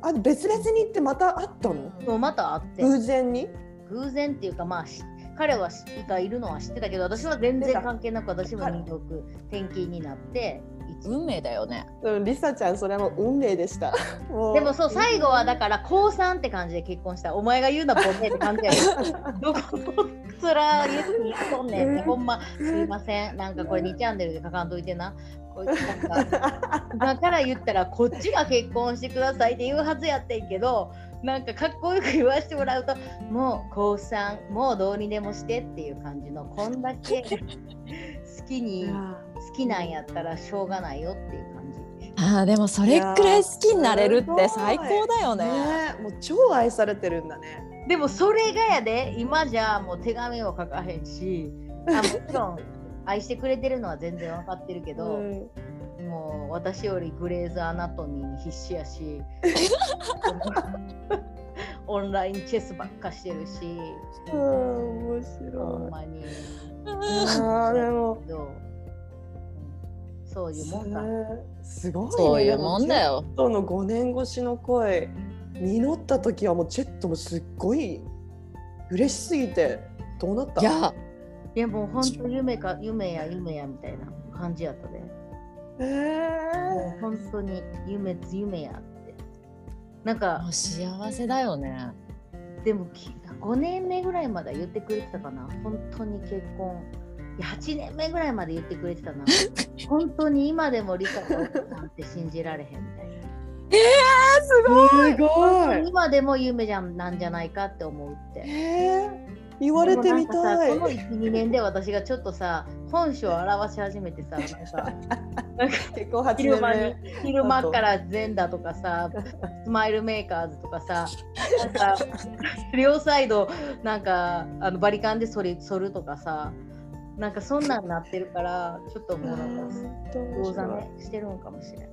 あ別々に行ってまた会ったの？もうまた会って偶然に？偶然っていうかまあし彼はしがいるのは知ってたけど私は全然関係なく私もニューヨーク転勤になって一運命だよねうんリサちゃんそれはもう運命で した。もでもそう最後はだから高3って感じで結婚したお前が言うなボケって感じや ろどこもつら言って言っとんねんってほんますいませんなんかこれ2チャンネルで書かんといてなこいつなんか今から言ったらこっちが結婚してくださいって言うはずやってんけどなんかかっこよく言わせてもらうともう高3もうどうにでもしてっていう感じのこんだけ好きいにや好きなんやったらしょうがないよっていう感じ。あーでもそれくらい好きになれるって最高だよーね。ねもう超愛されてるんだね。でもそれがやで今じゃもう手紙も書かへんしあもちろん愛してくれてるのは全然分かってるけど、うんもう私よりグレーズアナトミーに必死やし オンラインチェスばっかしてるしあー面ほ白んい。まにあーでもどううんそういうもんだすごい、ね、そういうもんだよよ。チェ。ットの5年越しの恋実った時はもうチェットもすっごい嬉しすぎてどうなったいやいやもうほんと夢か夢や夢やみたいな感じやったでえもーう本当に夢夢やってなんかもう幸せだよね。でもき5年目ぐらいまでは言ってくれてたかな本当に結婚いや8年目ぐらいまで言ってくれて たな本当に今でも理科が起きなんて信じられへんみたいなすごい今でも夢じゃんなんじゃないかって思うってえー言われてみたでいもなんかさこの12年で私がちょっとさ本性を表し始めてさなんか 結婚8昼年間に目昼間から全裸と かさスマイルメーカーズとかさなんか両サイドなんかあのバリカンで剃り剃るとかさなんかそんなんなってるからちょっともうなんか当動ざねしてるんかもしれない。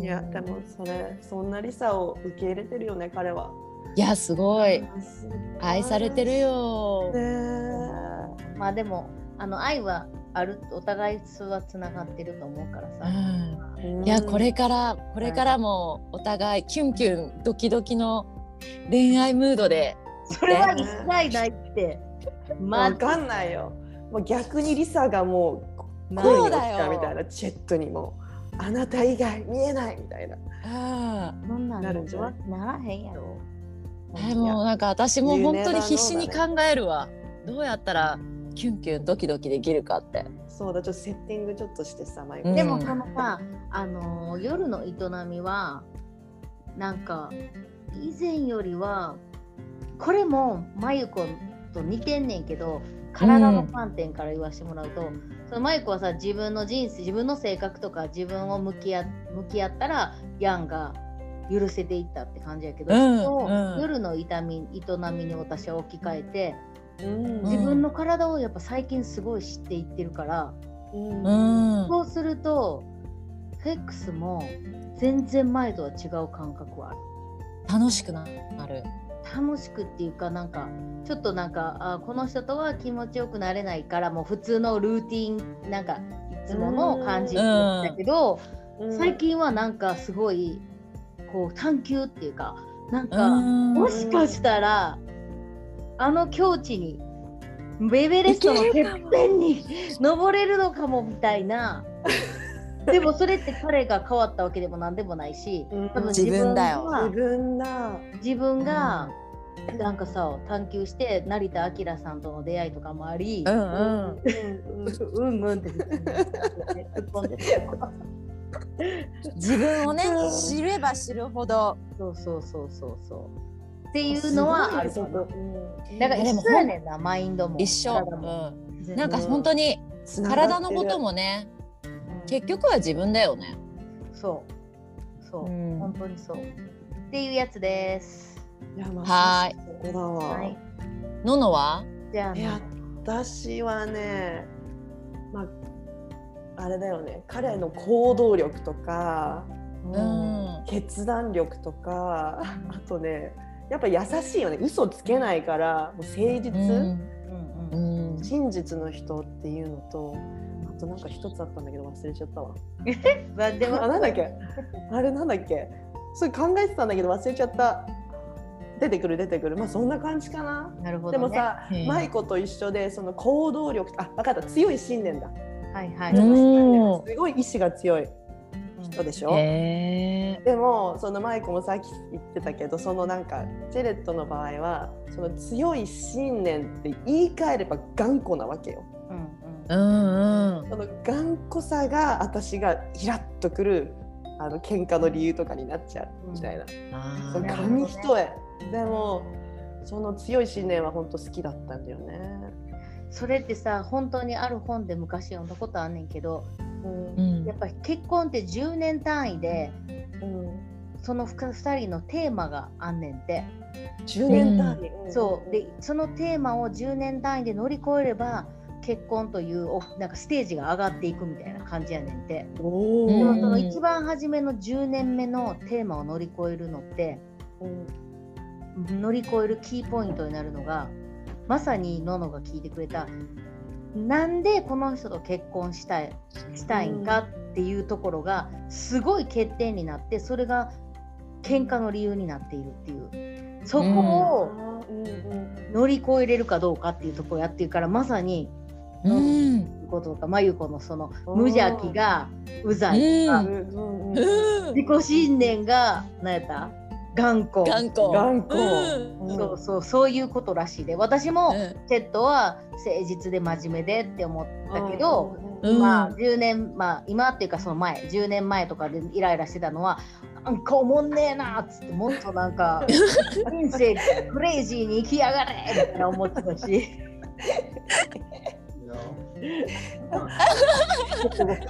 いやでもそれそんなリサを受け入れてるよね彼はいやすごいすごい愛されてるよ。ねまあでもあの愛はあるお互いはつながってると思うからうさ。ん。えいやこれからこれからもお互いキュンキュンドキドキの恋愛ムードで。それは一切ないって。まわかんないよ。もう逆にリサがもうまあ恋にそ落ちうだたよみたいなチェットにもうあなた以外見えないみたいな。あそんなんなるんじゃなないらへんやろ。あもうなんか私も本当に必死に考えるわ。どうやったらキュンキュンドキドキできるかって。そうだちょっとセッティングちょっとしてさ毎うんでもそのさ、あのー夜の営みはなんか以前よりはこれもまゆこと似てんねんけど体の観点から言わせてもらうと、そのまゆこはさ自分の人生自分の性格とか自分を向き合向き合ったらヤンが許せていったって感じやけど、うんそこをうん夜の痛み営みに私は置き換えてうんう自ん分の体をやっぱ最近すごい知っていってるから。うんうん。そうすると、セックスも全然前とは違う感覚はある。楽しくなる。楽しくっていうか、なんか、ちょっとなんか、あこの人とは気持ちよくなれないから、もう普通のルーティン、なんか、いつもの感じだったけど、うん最近はなんかすごい、こう、探求っていうか、なんか、うんもしかしたら、あの境地に、ベベレストのてっぺんに登れるのかもみたいなでもそれって彼が変わったわけでも何でもないしうん多分自分だよ自自分分がだ。自分がなんかさ探求して成田明さんとの出会いとかもあり、ううんうん。ん、うんうんってずっとね突っ込んでたよ自分をねうん知れば知るほど。そうそうそうそうそうっていうのはあるかなだからでも一緒やねんなマインドも一緒。体もうんなんか本当に体のこともね、結結局は自分だよね。そうそう、うん本当にそうっていうやつですはーいや。まさしくそこだわ。はいののは？じゃあいや私はね、まあ、あれだよね彼の行動力とかうん。決断力とかあとねやっぱ優しいよね嘘つけないからもう誠う実、んうんううんん。真実の人っていうのとあとなんか一つあったんだけど忘れちゃったわなんでもあなんだっけあれなんだっけそれ考えてたんだけど忘れちゃった出てくる出てくるまあそんな感じかななるほでど、ね、もさうん舞子と一緒でその行動力あ分かった強い信念だはいはい、うんすごい意志が強い人でしょ、へえ。でもそのマイコもさっき言ってたけどそのなんかジェレットの場合はその強い信念って言い換えれば頑固なわけようんうんうん。その頑固さが私がイラッとくるあの喧嘩の理由とかになっちゃうみたいな、あそのっか紙一重、でもその強い信念は本当好きだったんだよね、うんそれってさ本当にある本で昔読んだことあんねんけどうんーうんやっぱ結婚って10年単位でうん、その2人のテーマがあんねんって、 10年単位、んそうでそのテーマを10年単位で乗り越えれば結婚というおなんかステージが上がっていくみたいな感じやねんって、おでーもうんその一番初めの10年目のテーマを乗り越えるのってうん乗り越えるキーポイントになるのがまさにののが聞いてくれたなんでこの人と結婚したいしたいんかっていうところがすごい欠点になってそれが喧嘩の理由になっているっていうそこをうんうん乗り越えれるかどうかっていうところをやってるからまさにうん。こととか真由子のその無邪気がうざいとうかんうんうんうん。自己信念が何やった頑固頑固。頑固うんそうそうそういうことらしいで私も、うんセットは誠実で真面目でって思ったけど、うんうんまあ10年まあ今っていうかその前10年前とかでイライラしてたのはなんかおもんねえなっつってもっとな んか人生クレイジーに生きやがれみたいな思ってたし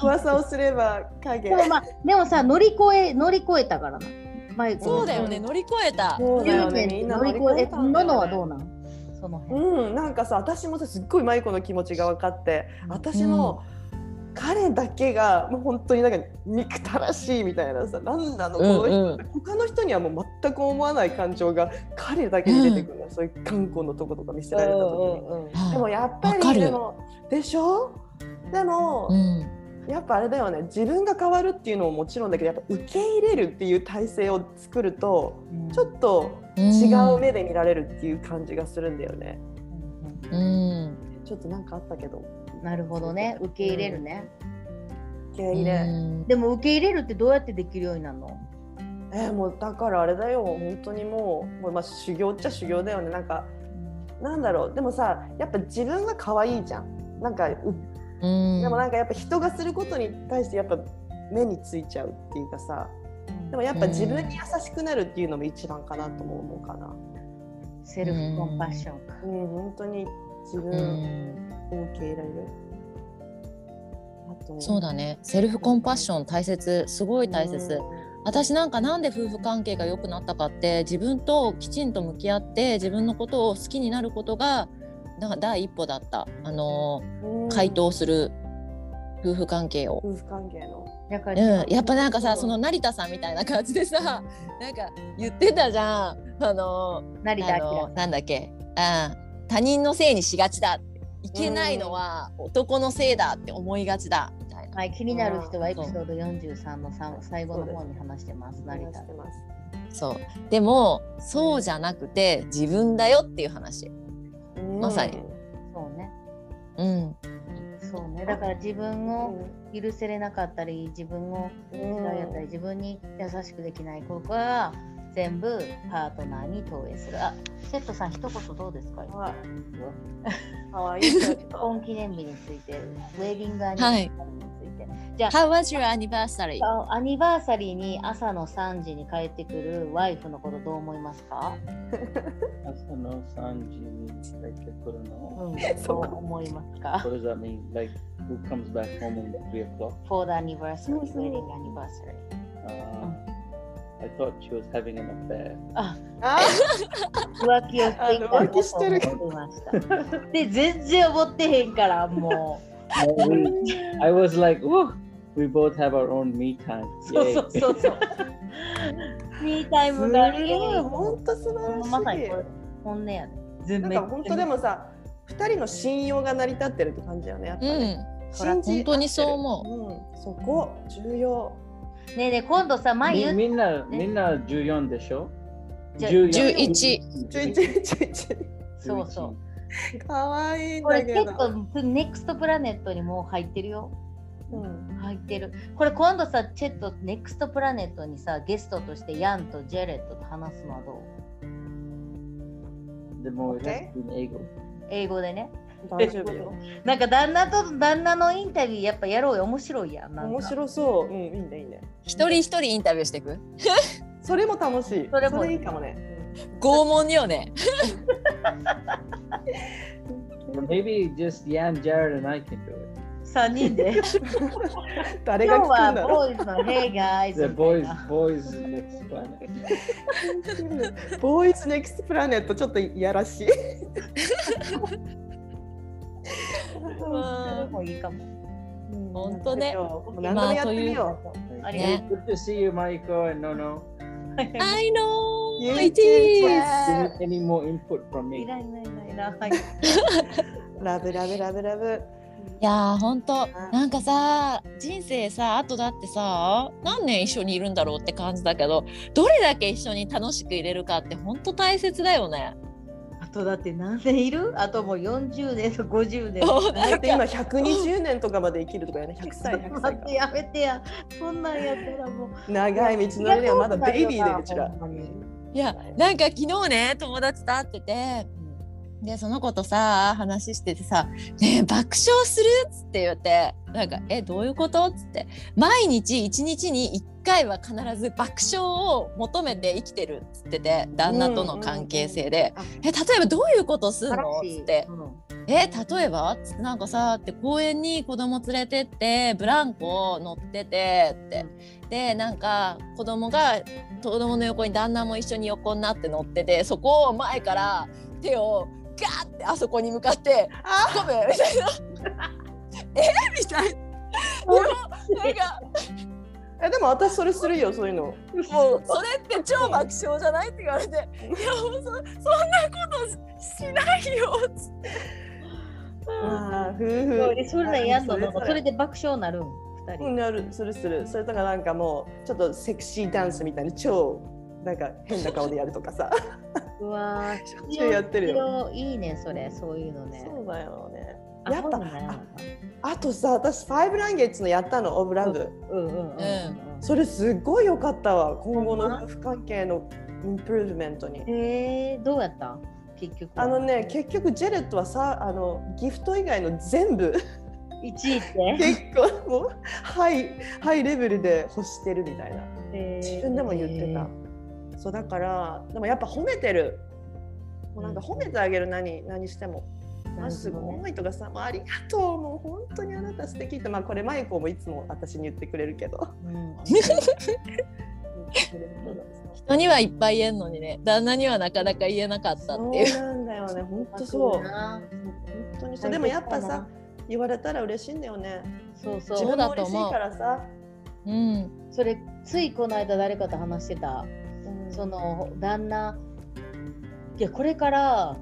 噂をすれば影でもまあでもさ乗り越え乗り越えたからな前そうだよね。乗り越えた。そうだよ10ねみ年んな乗り乗り越越ええたんのだのはよどうねなんその辺、うんなんかさ私もさすっごい舞子の気持ちが分かって私も、彼だけがもう本当になんか憎たらしいみたいなさ何なのこの人、うんうん他の人にはもう全く思わない感情が彼だけに出てくるの、そういう頑固のとことか見せられた時に、でもやっぱわかりるでもでしょでも、うん。やっぱあれだよね自分が変わるっていうのももちろんだけどやっぱ受け入れるっていう体制を作るとちょっと違う目で見られるっていう感じがするんだよね、うんうん。ちょっとなんかあったけどなるほどね受け入れるね、受け入れ、うん。でも受け入れるってどうやってできるようになるのえーもうだからあれだよ本当にもうもうまあ修行っちゃ修行だよねなんかなんだろうでもさやっぱ自分が可愛いじゃんなんかううんでもなんかやっぱ人がすることに対してやっぱ目についちゃうっていうかさでもやっぱ自分に優しくなるっていうのも一番かなとも思うかな。セルフコンパッションか。うん、本当に自う分ん。を受け入れる。あとそうだね。セルフコンパッション大切。すごい大切。私なんかなんで夫婦関係が良くなったかって自分ときちんと向き合って自分のことを好きになることがなんか第一歩だったあのうん回答する夫婦関係を。夫婦関係の。だかうん、らやっぱなんかさその成田さんみたいな感じでさなんか言ってたじゃんあの成田あ明のなんだっけあー他人のせいにしがちだいけないのは男のせいだって思いがちだみたいな。はい、気になる人はエピソード43の三最後の方に話してます、成話田してます。そうでもそうじゃなくて自分だよっていう話。うんまさに。そうね。うん、そうそうね、だから自分うをん許せれなかったり自分を嫌いやったり自分に優しくできないここは全部パートナーに投影するあセットさん一言どうですかはいかわいい。結婚記念日についてウェディングアニバーサはリいーについて、 How was your anniversary? あアニバーサリーに朝の3時に帰ってくるワイフのことどう思いますか、朝の3時に帰ってくるの。うん、どう思いますか What does that mean? Like, who comes back home at 3 o'clock? for the anniversary, そう wedding そう anniversary. Uh, I thought she was having an affair. あ浮気をしていたあ浮気してることを思いました。で、全然思ってへんから、も No, we, I was like, Woo, we both have our own me time. う。そう Yay. そうそうそう。 ミータイすごいムがある。本当素晴らしい。まさにこれ、本音やね。全なんか本当でもさ、二人の信用が成り立ってるって感じよね。やっぱうねん。信じ合っ本てる当にそう思うん、そこ重要。ねえねえ、今度さ、前言みっみんな、ねみんな14でしょじゃ14 11ちょいちょいちょいちょそうそう。い。可愛いんこれだけ結ど。構、ネクストプラネットにもう入ってるよ。うん入ってる。これ今度さ、チェット、ネクストプラネットにさ、ゲストとしてヤンとジェレットと話すのはどうでも、it has to be in 英語。英語でね。大丈夫よ。なんか旦那と旦那のインタビューやっぱやろうよ面白いやんなんか面白そう。うん、いいね、いいね。一人一人インタビューしていくそれも楽しい。それもいいかも ね。拷問よね Maybe just Yan, Jared, and I can do it. 3人 で誰今が聞日くはんだボろーイズの「Hey guys」 The boys, boys next planet. う。ボーイズネクストプラネットちょっといやらしい。それもいいかもほんとねもう何でもやってみよう。ありがとうね Good to see you, Mariko and Nono. I know い it is Do you need any more input from い me? らんいらんいらんいらんはいラブラブラブラブ。いやーほんとなんかさ人生さあとだってさ何年一緒にいるんだろうって感じだけどどれだけ一緒に楽しくいれるかってほんと大切だよねあとだって何年いるあともう40年と50年そうだって今120年とかまで生きるとかやね。100歳、100 待歳っかて。やめてやそんなんやったらもう長い道のりではまだベイビーでうちら。ほんまにいやなんか昨日ね友達と会っててでその子とさ話しててさ「ねえ爆笑する?」っつって言って「なんかえどういうこと?」っつって「毎日一日に1回は必ず爆笑を求めて生きてる」っつってて旦那との関係性でうんう「んえ例えばどういうことすん素晴の?」らっしついってうんえ例えばつってなんかさって公園に子供連れてってブランコ乗っててってでなんか子供が子供の横に旦那も一緒に横になって乗っててそこを前から手をガーってあそこに向かって「突っ込む」みたいな「えみたいな。でもなんかえでも私それするよ そういうの。もうそれって超爆笑じゃないって言われて「いやもうそそんなことししないよ」つってああ夫婦。それやんのそれで。で爆笑なるん2うん人なるするする。それとかなんかもうちょっとセクシーダンスみたいな超なんか変な顔でやるとかさ。うわーしょっちゅうやってるよ。いいねそれそういうのねそうだよね。あやっぱそうなんやあとさ私ファイブランゲッジのやったのオブラブ。うんうんうんそれすっごい良かったわ今後の夫婦関係のインプルーブメントにうん。。えー、どうやった結局。あのね結局ジェレットはさあのギフト以外の全 部1位って。結構もうハイハイレベルで欲してるみたいなえー自分でも言ってた、そうだからでもやっぱ褒めてるもうなんか褒めてあげる何何してもなあるすほどねごいとかさ、もうありがとうもう本当にあなた素敵ってまあこれマイコもいつも私に言ってくれるけど うん言ってくれるけど人にはいっぱい言えんのにね旦那にはなかなか言えなかったそっていううなんだよね本当そう本な当にそうでもやっぱさ言われたら嬉しいんだよねそうそ自そう分もうだと嬉しい思うからさうん、それついこの間誰かと話してたうんその旦那いやこれから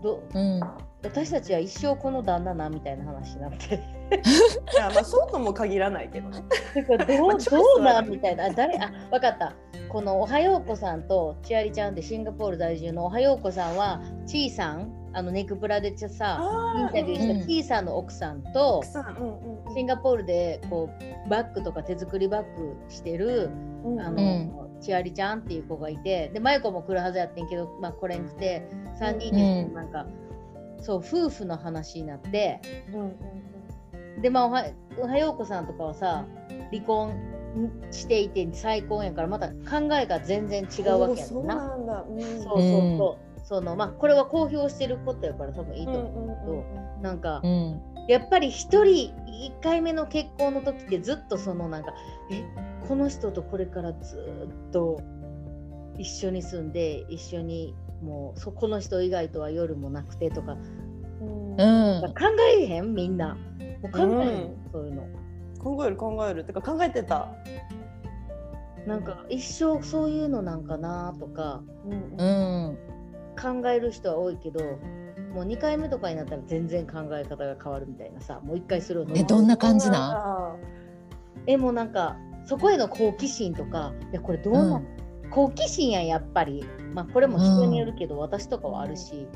どうん、私たちは一生この旦那なみたいな話になっていやまあそうとも限らないけどね。てかど まあうちょっとどう座なるんみたいなあ誰あ分かったこのおはようこさんとちありちゃんってシンガポール在住のおはようこさんはちいさんあのネクプラでさあーインタビューした T さんの奥さんと、奥さん、うんうんうんシンガポールでこうバッグとか手作りバッグしてる、うんあの千有ちゃんっていう子がいてで舞子も来るはずやってんけど、まあ、来れんくて3人でうんなんか、そう夫婦の話になってうんうんでまあおはおはようこさんとかはさ離婚していて再婚やからまた考えが全然違うわけやそもうんな。なんだ。うんそうそうそうそのまあこれは公表してることやから多分いいと思う、なんか、うんやっぱり一人1回目の結婚の時ってずっとそのなんかえこの人とこれからずっと一緒に住んで一緒にもうそこの人以外とは夜もなくてとかうんううんうんん考えへんみんなもう考えへうん、んそういうの考える考えるってか考えてた。なんか一生そういうのなんかなとかうんううんん考える人は多いけどもう2回目とかになったら全然考え方が変わるみたいなさもう1回するのえどんな感じなんえもうなんかそこへの好奇心とかいやこれどうな、うんん、好奇心やんやっぱりまあこれも人によるけど、私とかはあるし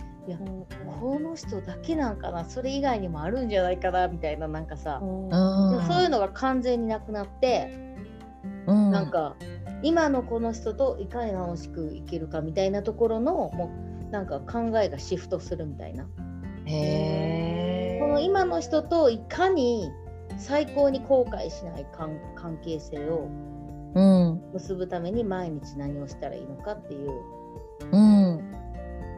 この人だけなんかなそれ以外にもあるんじゃないかなみたいななんかさ、うんでもそういううのが完全になくなって、んなんか今のこの人といかに楽しく生きるかみたいなところのもうなんか考えがシフトするみたいな、へこの今の人といかに最高に後悔しない関関係性をーうん結ぶために毎日何をしたらいいのかっていううん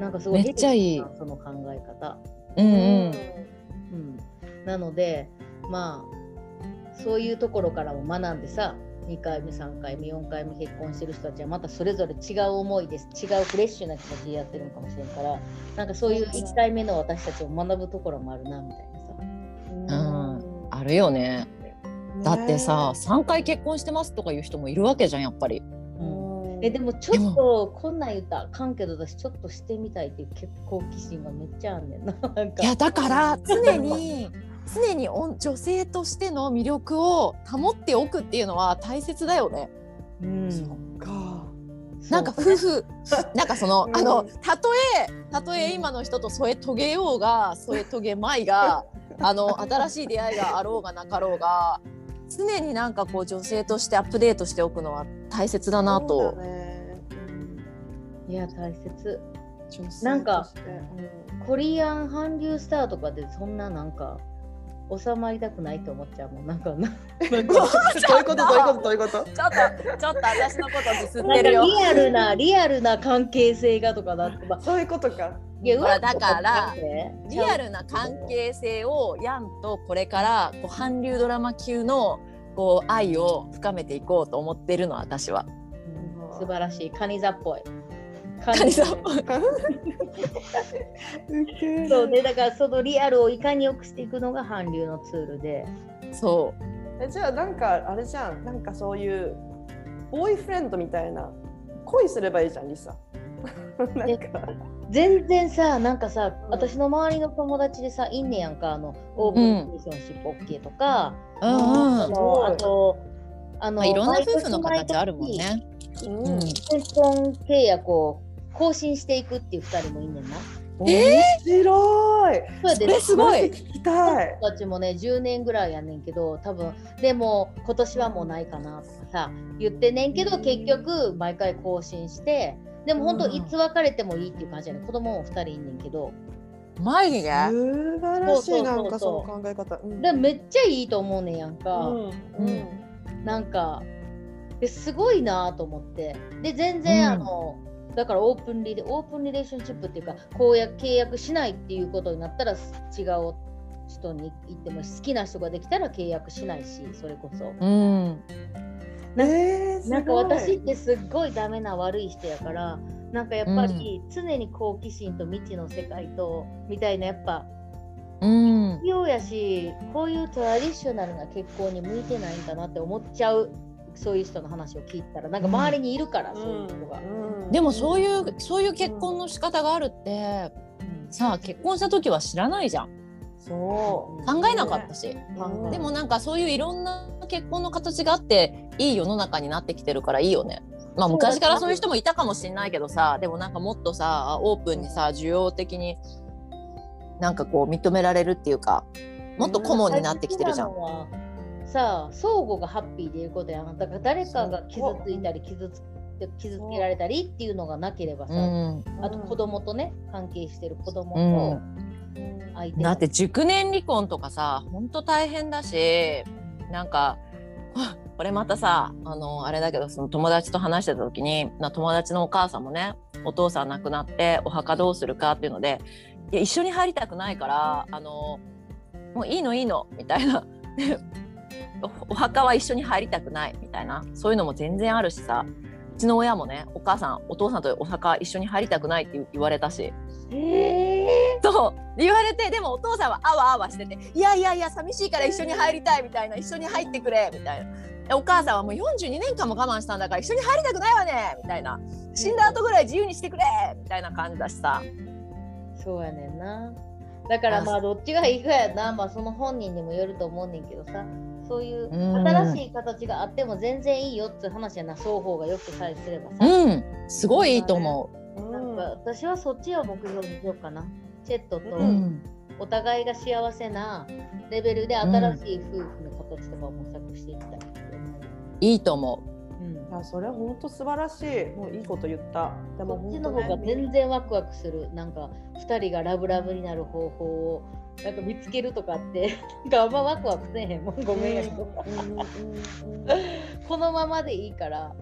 なんかすごいめっちゃいいヘルシーなその考え方、うんうん、なのでまあそういうところからも学んでさ2回目3回目4回目結婚してる人たちはまたそれぞれ違う思いです違うフレッシュな気持ちでやってるのかもしれんからなんかそういう1回目の私たちを学ぶところもあるなみたいなうさんあるよねだってさ3回結婚してますとかいう人もいるわけじゃんやっぱりうんえでもちょっとこんなん言ったらあかんけど私ちょっとしてみたいっていう結構好奇心がめっちゃあんねんななんかいやだから常に 常にお女性としての魅力を保っておくっていうのは大切だよね。うんそっか。なんか夫婦なんかその、うんあのたとえたとえ今の人と添え遂げようが添え遂げまい があの新しい出会いがあろうがなかろうが常になんかこう女性としてアップデートしておくのは大切だなそうとだ。ねいや大切女性としてなんかうんコリアン韓流スターとかでそんななんか収まりたくないと思っちゃうもんなんかなどういうことどういうことどういうことちょっとちょっと私のことディスっなてるんかリよ。アルなリアルな関係性がとかだって ばそういうことか。いやほらうわだからリアルルな関係性をやんとこれからこう韓流ドラマ級のこう愛を深めていこうと思ってるの私は。素晴らしいカニ座っぽいカカニ座っいぽいそうねだからそのリアルをいかに良くしていくのが韓流のツールでそえじゃあなんかあれじゃんなんかそういうボーイフレンドみたいな恋すればいいじゃんリサ なんか全然さなんかさ、うん私の周りの友達でさいんねやんかあのオープンリレーションシップ OK とか、う。うんうあん。のあとあのまあ、いろんな夫婦の形あるもんね。うんうん、結婚契約を更新していくっていう2人もいんねんな。面白いそうやそれでごいマジ聞きたいたちもね10年ぐらいやねんけど多分でも今年はもうないかなとかさ言ってんねんけど結局毎回更新してでも本当うんいつ別れてもいいっていう感じやねん子供も2人いんねんけど前にね。素晴らしそうそうそうそいうなんかその考え方うんでめっちゃいいと思うねんやんうか、んうんなんかですごいなと思ってで全然あの、だからオープンリレオープンリレーションシップっていうか公約契約しないっていうことになったら違う人に行っても好きな人ができたら契約しないしそれこそうん。なんかえーすごいなんか私ってすっごいダメな悪い人やからなんかやっぱり常に好奇心と未知の世界とみたいなやっぱうん。器用やしこういうトラディショナルな結婚に向いてないんだなって思っちゃうそういう人の話を聞いたらなんか周りにいるから、うそういんう人が。うんでもそういうそういう結婚の仕方があるってさあ結婚した時は知らないじゃんそ考えなかったし、う考えでもなんかそういういろんな結婚の形があっていい世の中になってきてるからいいよね。まあそうだね昔からそういう人もいたかもしれないけどさでもなんかもっとさオープンにさ需要的になんかこう認められるっていうかもっと顧問になってきてるじゃん。うん。大切なのはさあ相互がハッピーでいることやんだから誰かが傷ついたり傷つ傷つけられたりっていうのがなければさ、うん、あと子供とね関係してる子供と相手がだって熟年離婚とかさほんと大変だしなんかはぁこれまたさあのあれだけどその友達と話してた時にな友達のお母さんもねお父さん亡くなってお墓どうするかっていうのでいや一緒に入りたくないからあのもういいのいいのみたいな。でおお墓は一緒に入りたくないみたいなそういうのも全然あるしさうちの親もねお母さんお父さんとお墓一緒に入りたくないって言われたしそう言われてでもお父さんはあわあわしてて「いやいやいや寂しいから一緒に入りたい」みたいな「一緒に入ってくれ」みたいなでお母さんはもう42年間も我慢したんだから一緒に入りたくないわねみたいな死んだ後ぐらい自由にしてくれみたいな感じだしさそうやねんなだからまあどっちがいいかやなまあその本人にもよると思うねんけどさそういううん新しい形があっても全然いいよって話やな双方がよくさえすればさ、うん、すごいいいと思なんか私はそっちを目標にしようかなチェットとう。うんお互いが幸せなレベルで新しい夫婦の形とかを模索していきたいって思いいと思う、Hmm. うんいやそれは本当素晴らしいもういいこと言ったでもこっち本当の方がね全然ワクワクするなんか2人がラブラブになる方法をなんか見つけるとかってなんかあんまワクワクせえへんもんごめんやけどこのままでいいから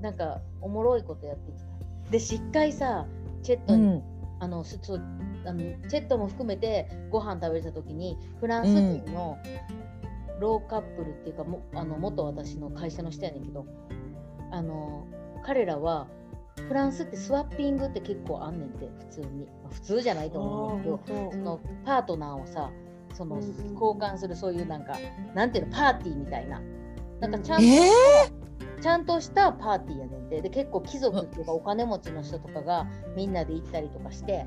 なんかおもろいことやっていきたいでしっかりさチェッう。トに、あのすそうあのチェットも含めてご飯食べてた時にフランス人のローカップルっていうか、もあの元私の会社の人やねんけどあの彼らはフランスってスワッピングって結構あんねんて普通に、まあ普通じゃないと思うんだけどそのパートナーをさそのうん交換するそういうなんかなんていうのパーティーみたいななんかちゃんとえちゃんとしたパーティーやねんてで結構貴族とかお金持ちの人とかがみんなで行ったりとかして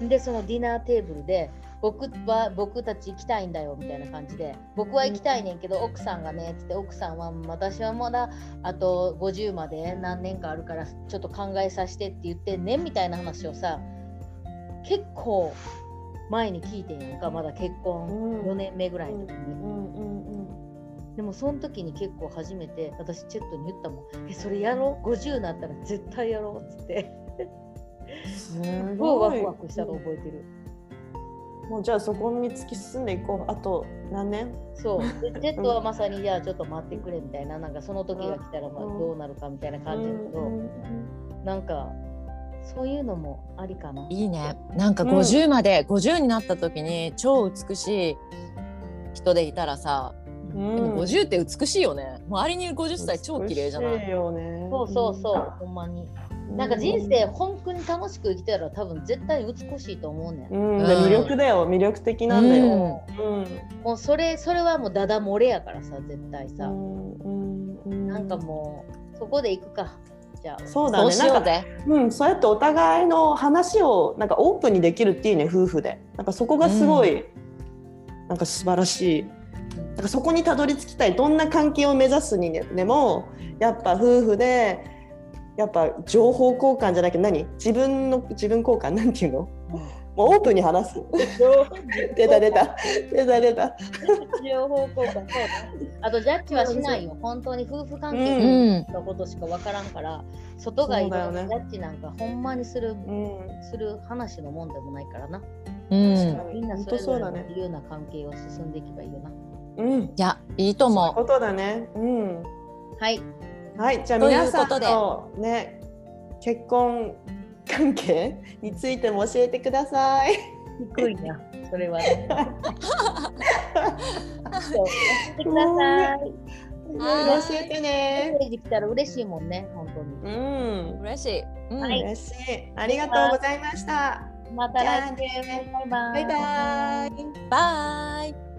でそのディナーテーブルで僕は僕たち行きたいんだよみたいな感じで僕は行きたいねんけど奥さんがねっつって奥さんは私はまだあと50まで何年かあるからちょっと考えさせてって言ってんねんみたいな話をさ結構前に聞いてんやんかまだ結婚うん4年目ぐらいの時に。うんうんでもその時に結構初めて私チェットに言ったもん「えそれやろう50になったら絶対やろう」っつってうんすすごいごワいクワクしたの覚えてるもうじゃあそこに突き進んでいこうあと何年そうでチェットはまさに「じゃあちょっと待ってくれ」みたいななんかその時が来たらまあうんどうなるかみたいな感じだけど、うんうんなんかそういうのもありかな。いいね。なんかうん50まで、50になった時に超美しい人でいたらさ、うんでも50って美しいよね。周りにいる50歳超綺麗じゃな美しい。よねそうそうそう、ほんまに。なんか人生、本当に楽しく生きてたら、多分絶対美しいと思うねん。うん、うん魅力だよ魅力的なんだよ、うんもうそれ、それはもうダダ漏れやからさ、絶対さ。うんうんなんかもう、そこで行くか。じゃあ、そうだそねうしよなうんか、ぜ。うん、そうやってお互いの話をなんかオープンにできるっていいね夫婦でなんかそこがすごい、なんか素晴らしいなんかそこにたどり着きたいどんな関係を目指すにねでもやっぱ夫婦でやっぱ情報交換じゃなくて何自分の自分交換なんていうのもうオープンに話す出た出た出た出た両方向そうあとジャッジはしないよ本当に夫婦関う係ん。のことしか分からんから、外がいるジそうだよャねッジなんかほんまにする、うんする話のもんでもないからな、う確ん。かにみんな本それ当そぞうれだのね自由な関係を進んでいけばいいよなうんいや、いいとそうい思うう。ことだねうんはいはい、じゃあという皆さんことでのね結婚関係についても教えてください。低いなそれは、 ね、そう教えてくださいいろいろ教えてメねッ。セージ来たら嬉しいもんね本当にうん、嬉しい。うんはい嬉しい。ありがとうございました。また来週バイババイバイ。バイ。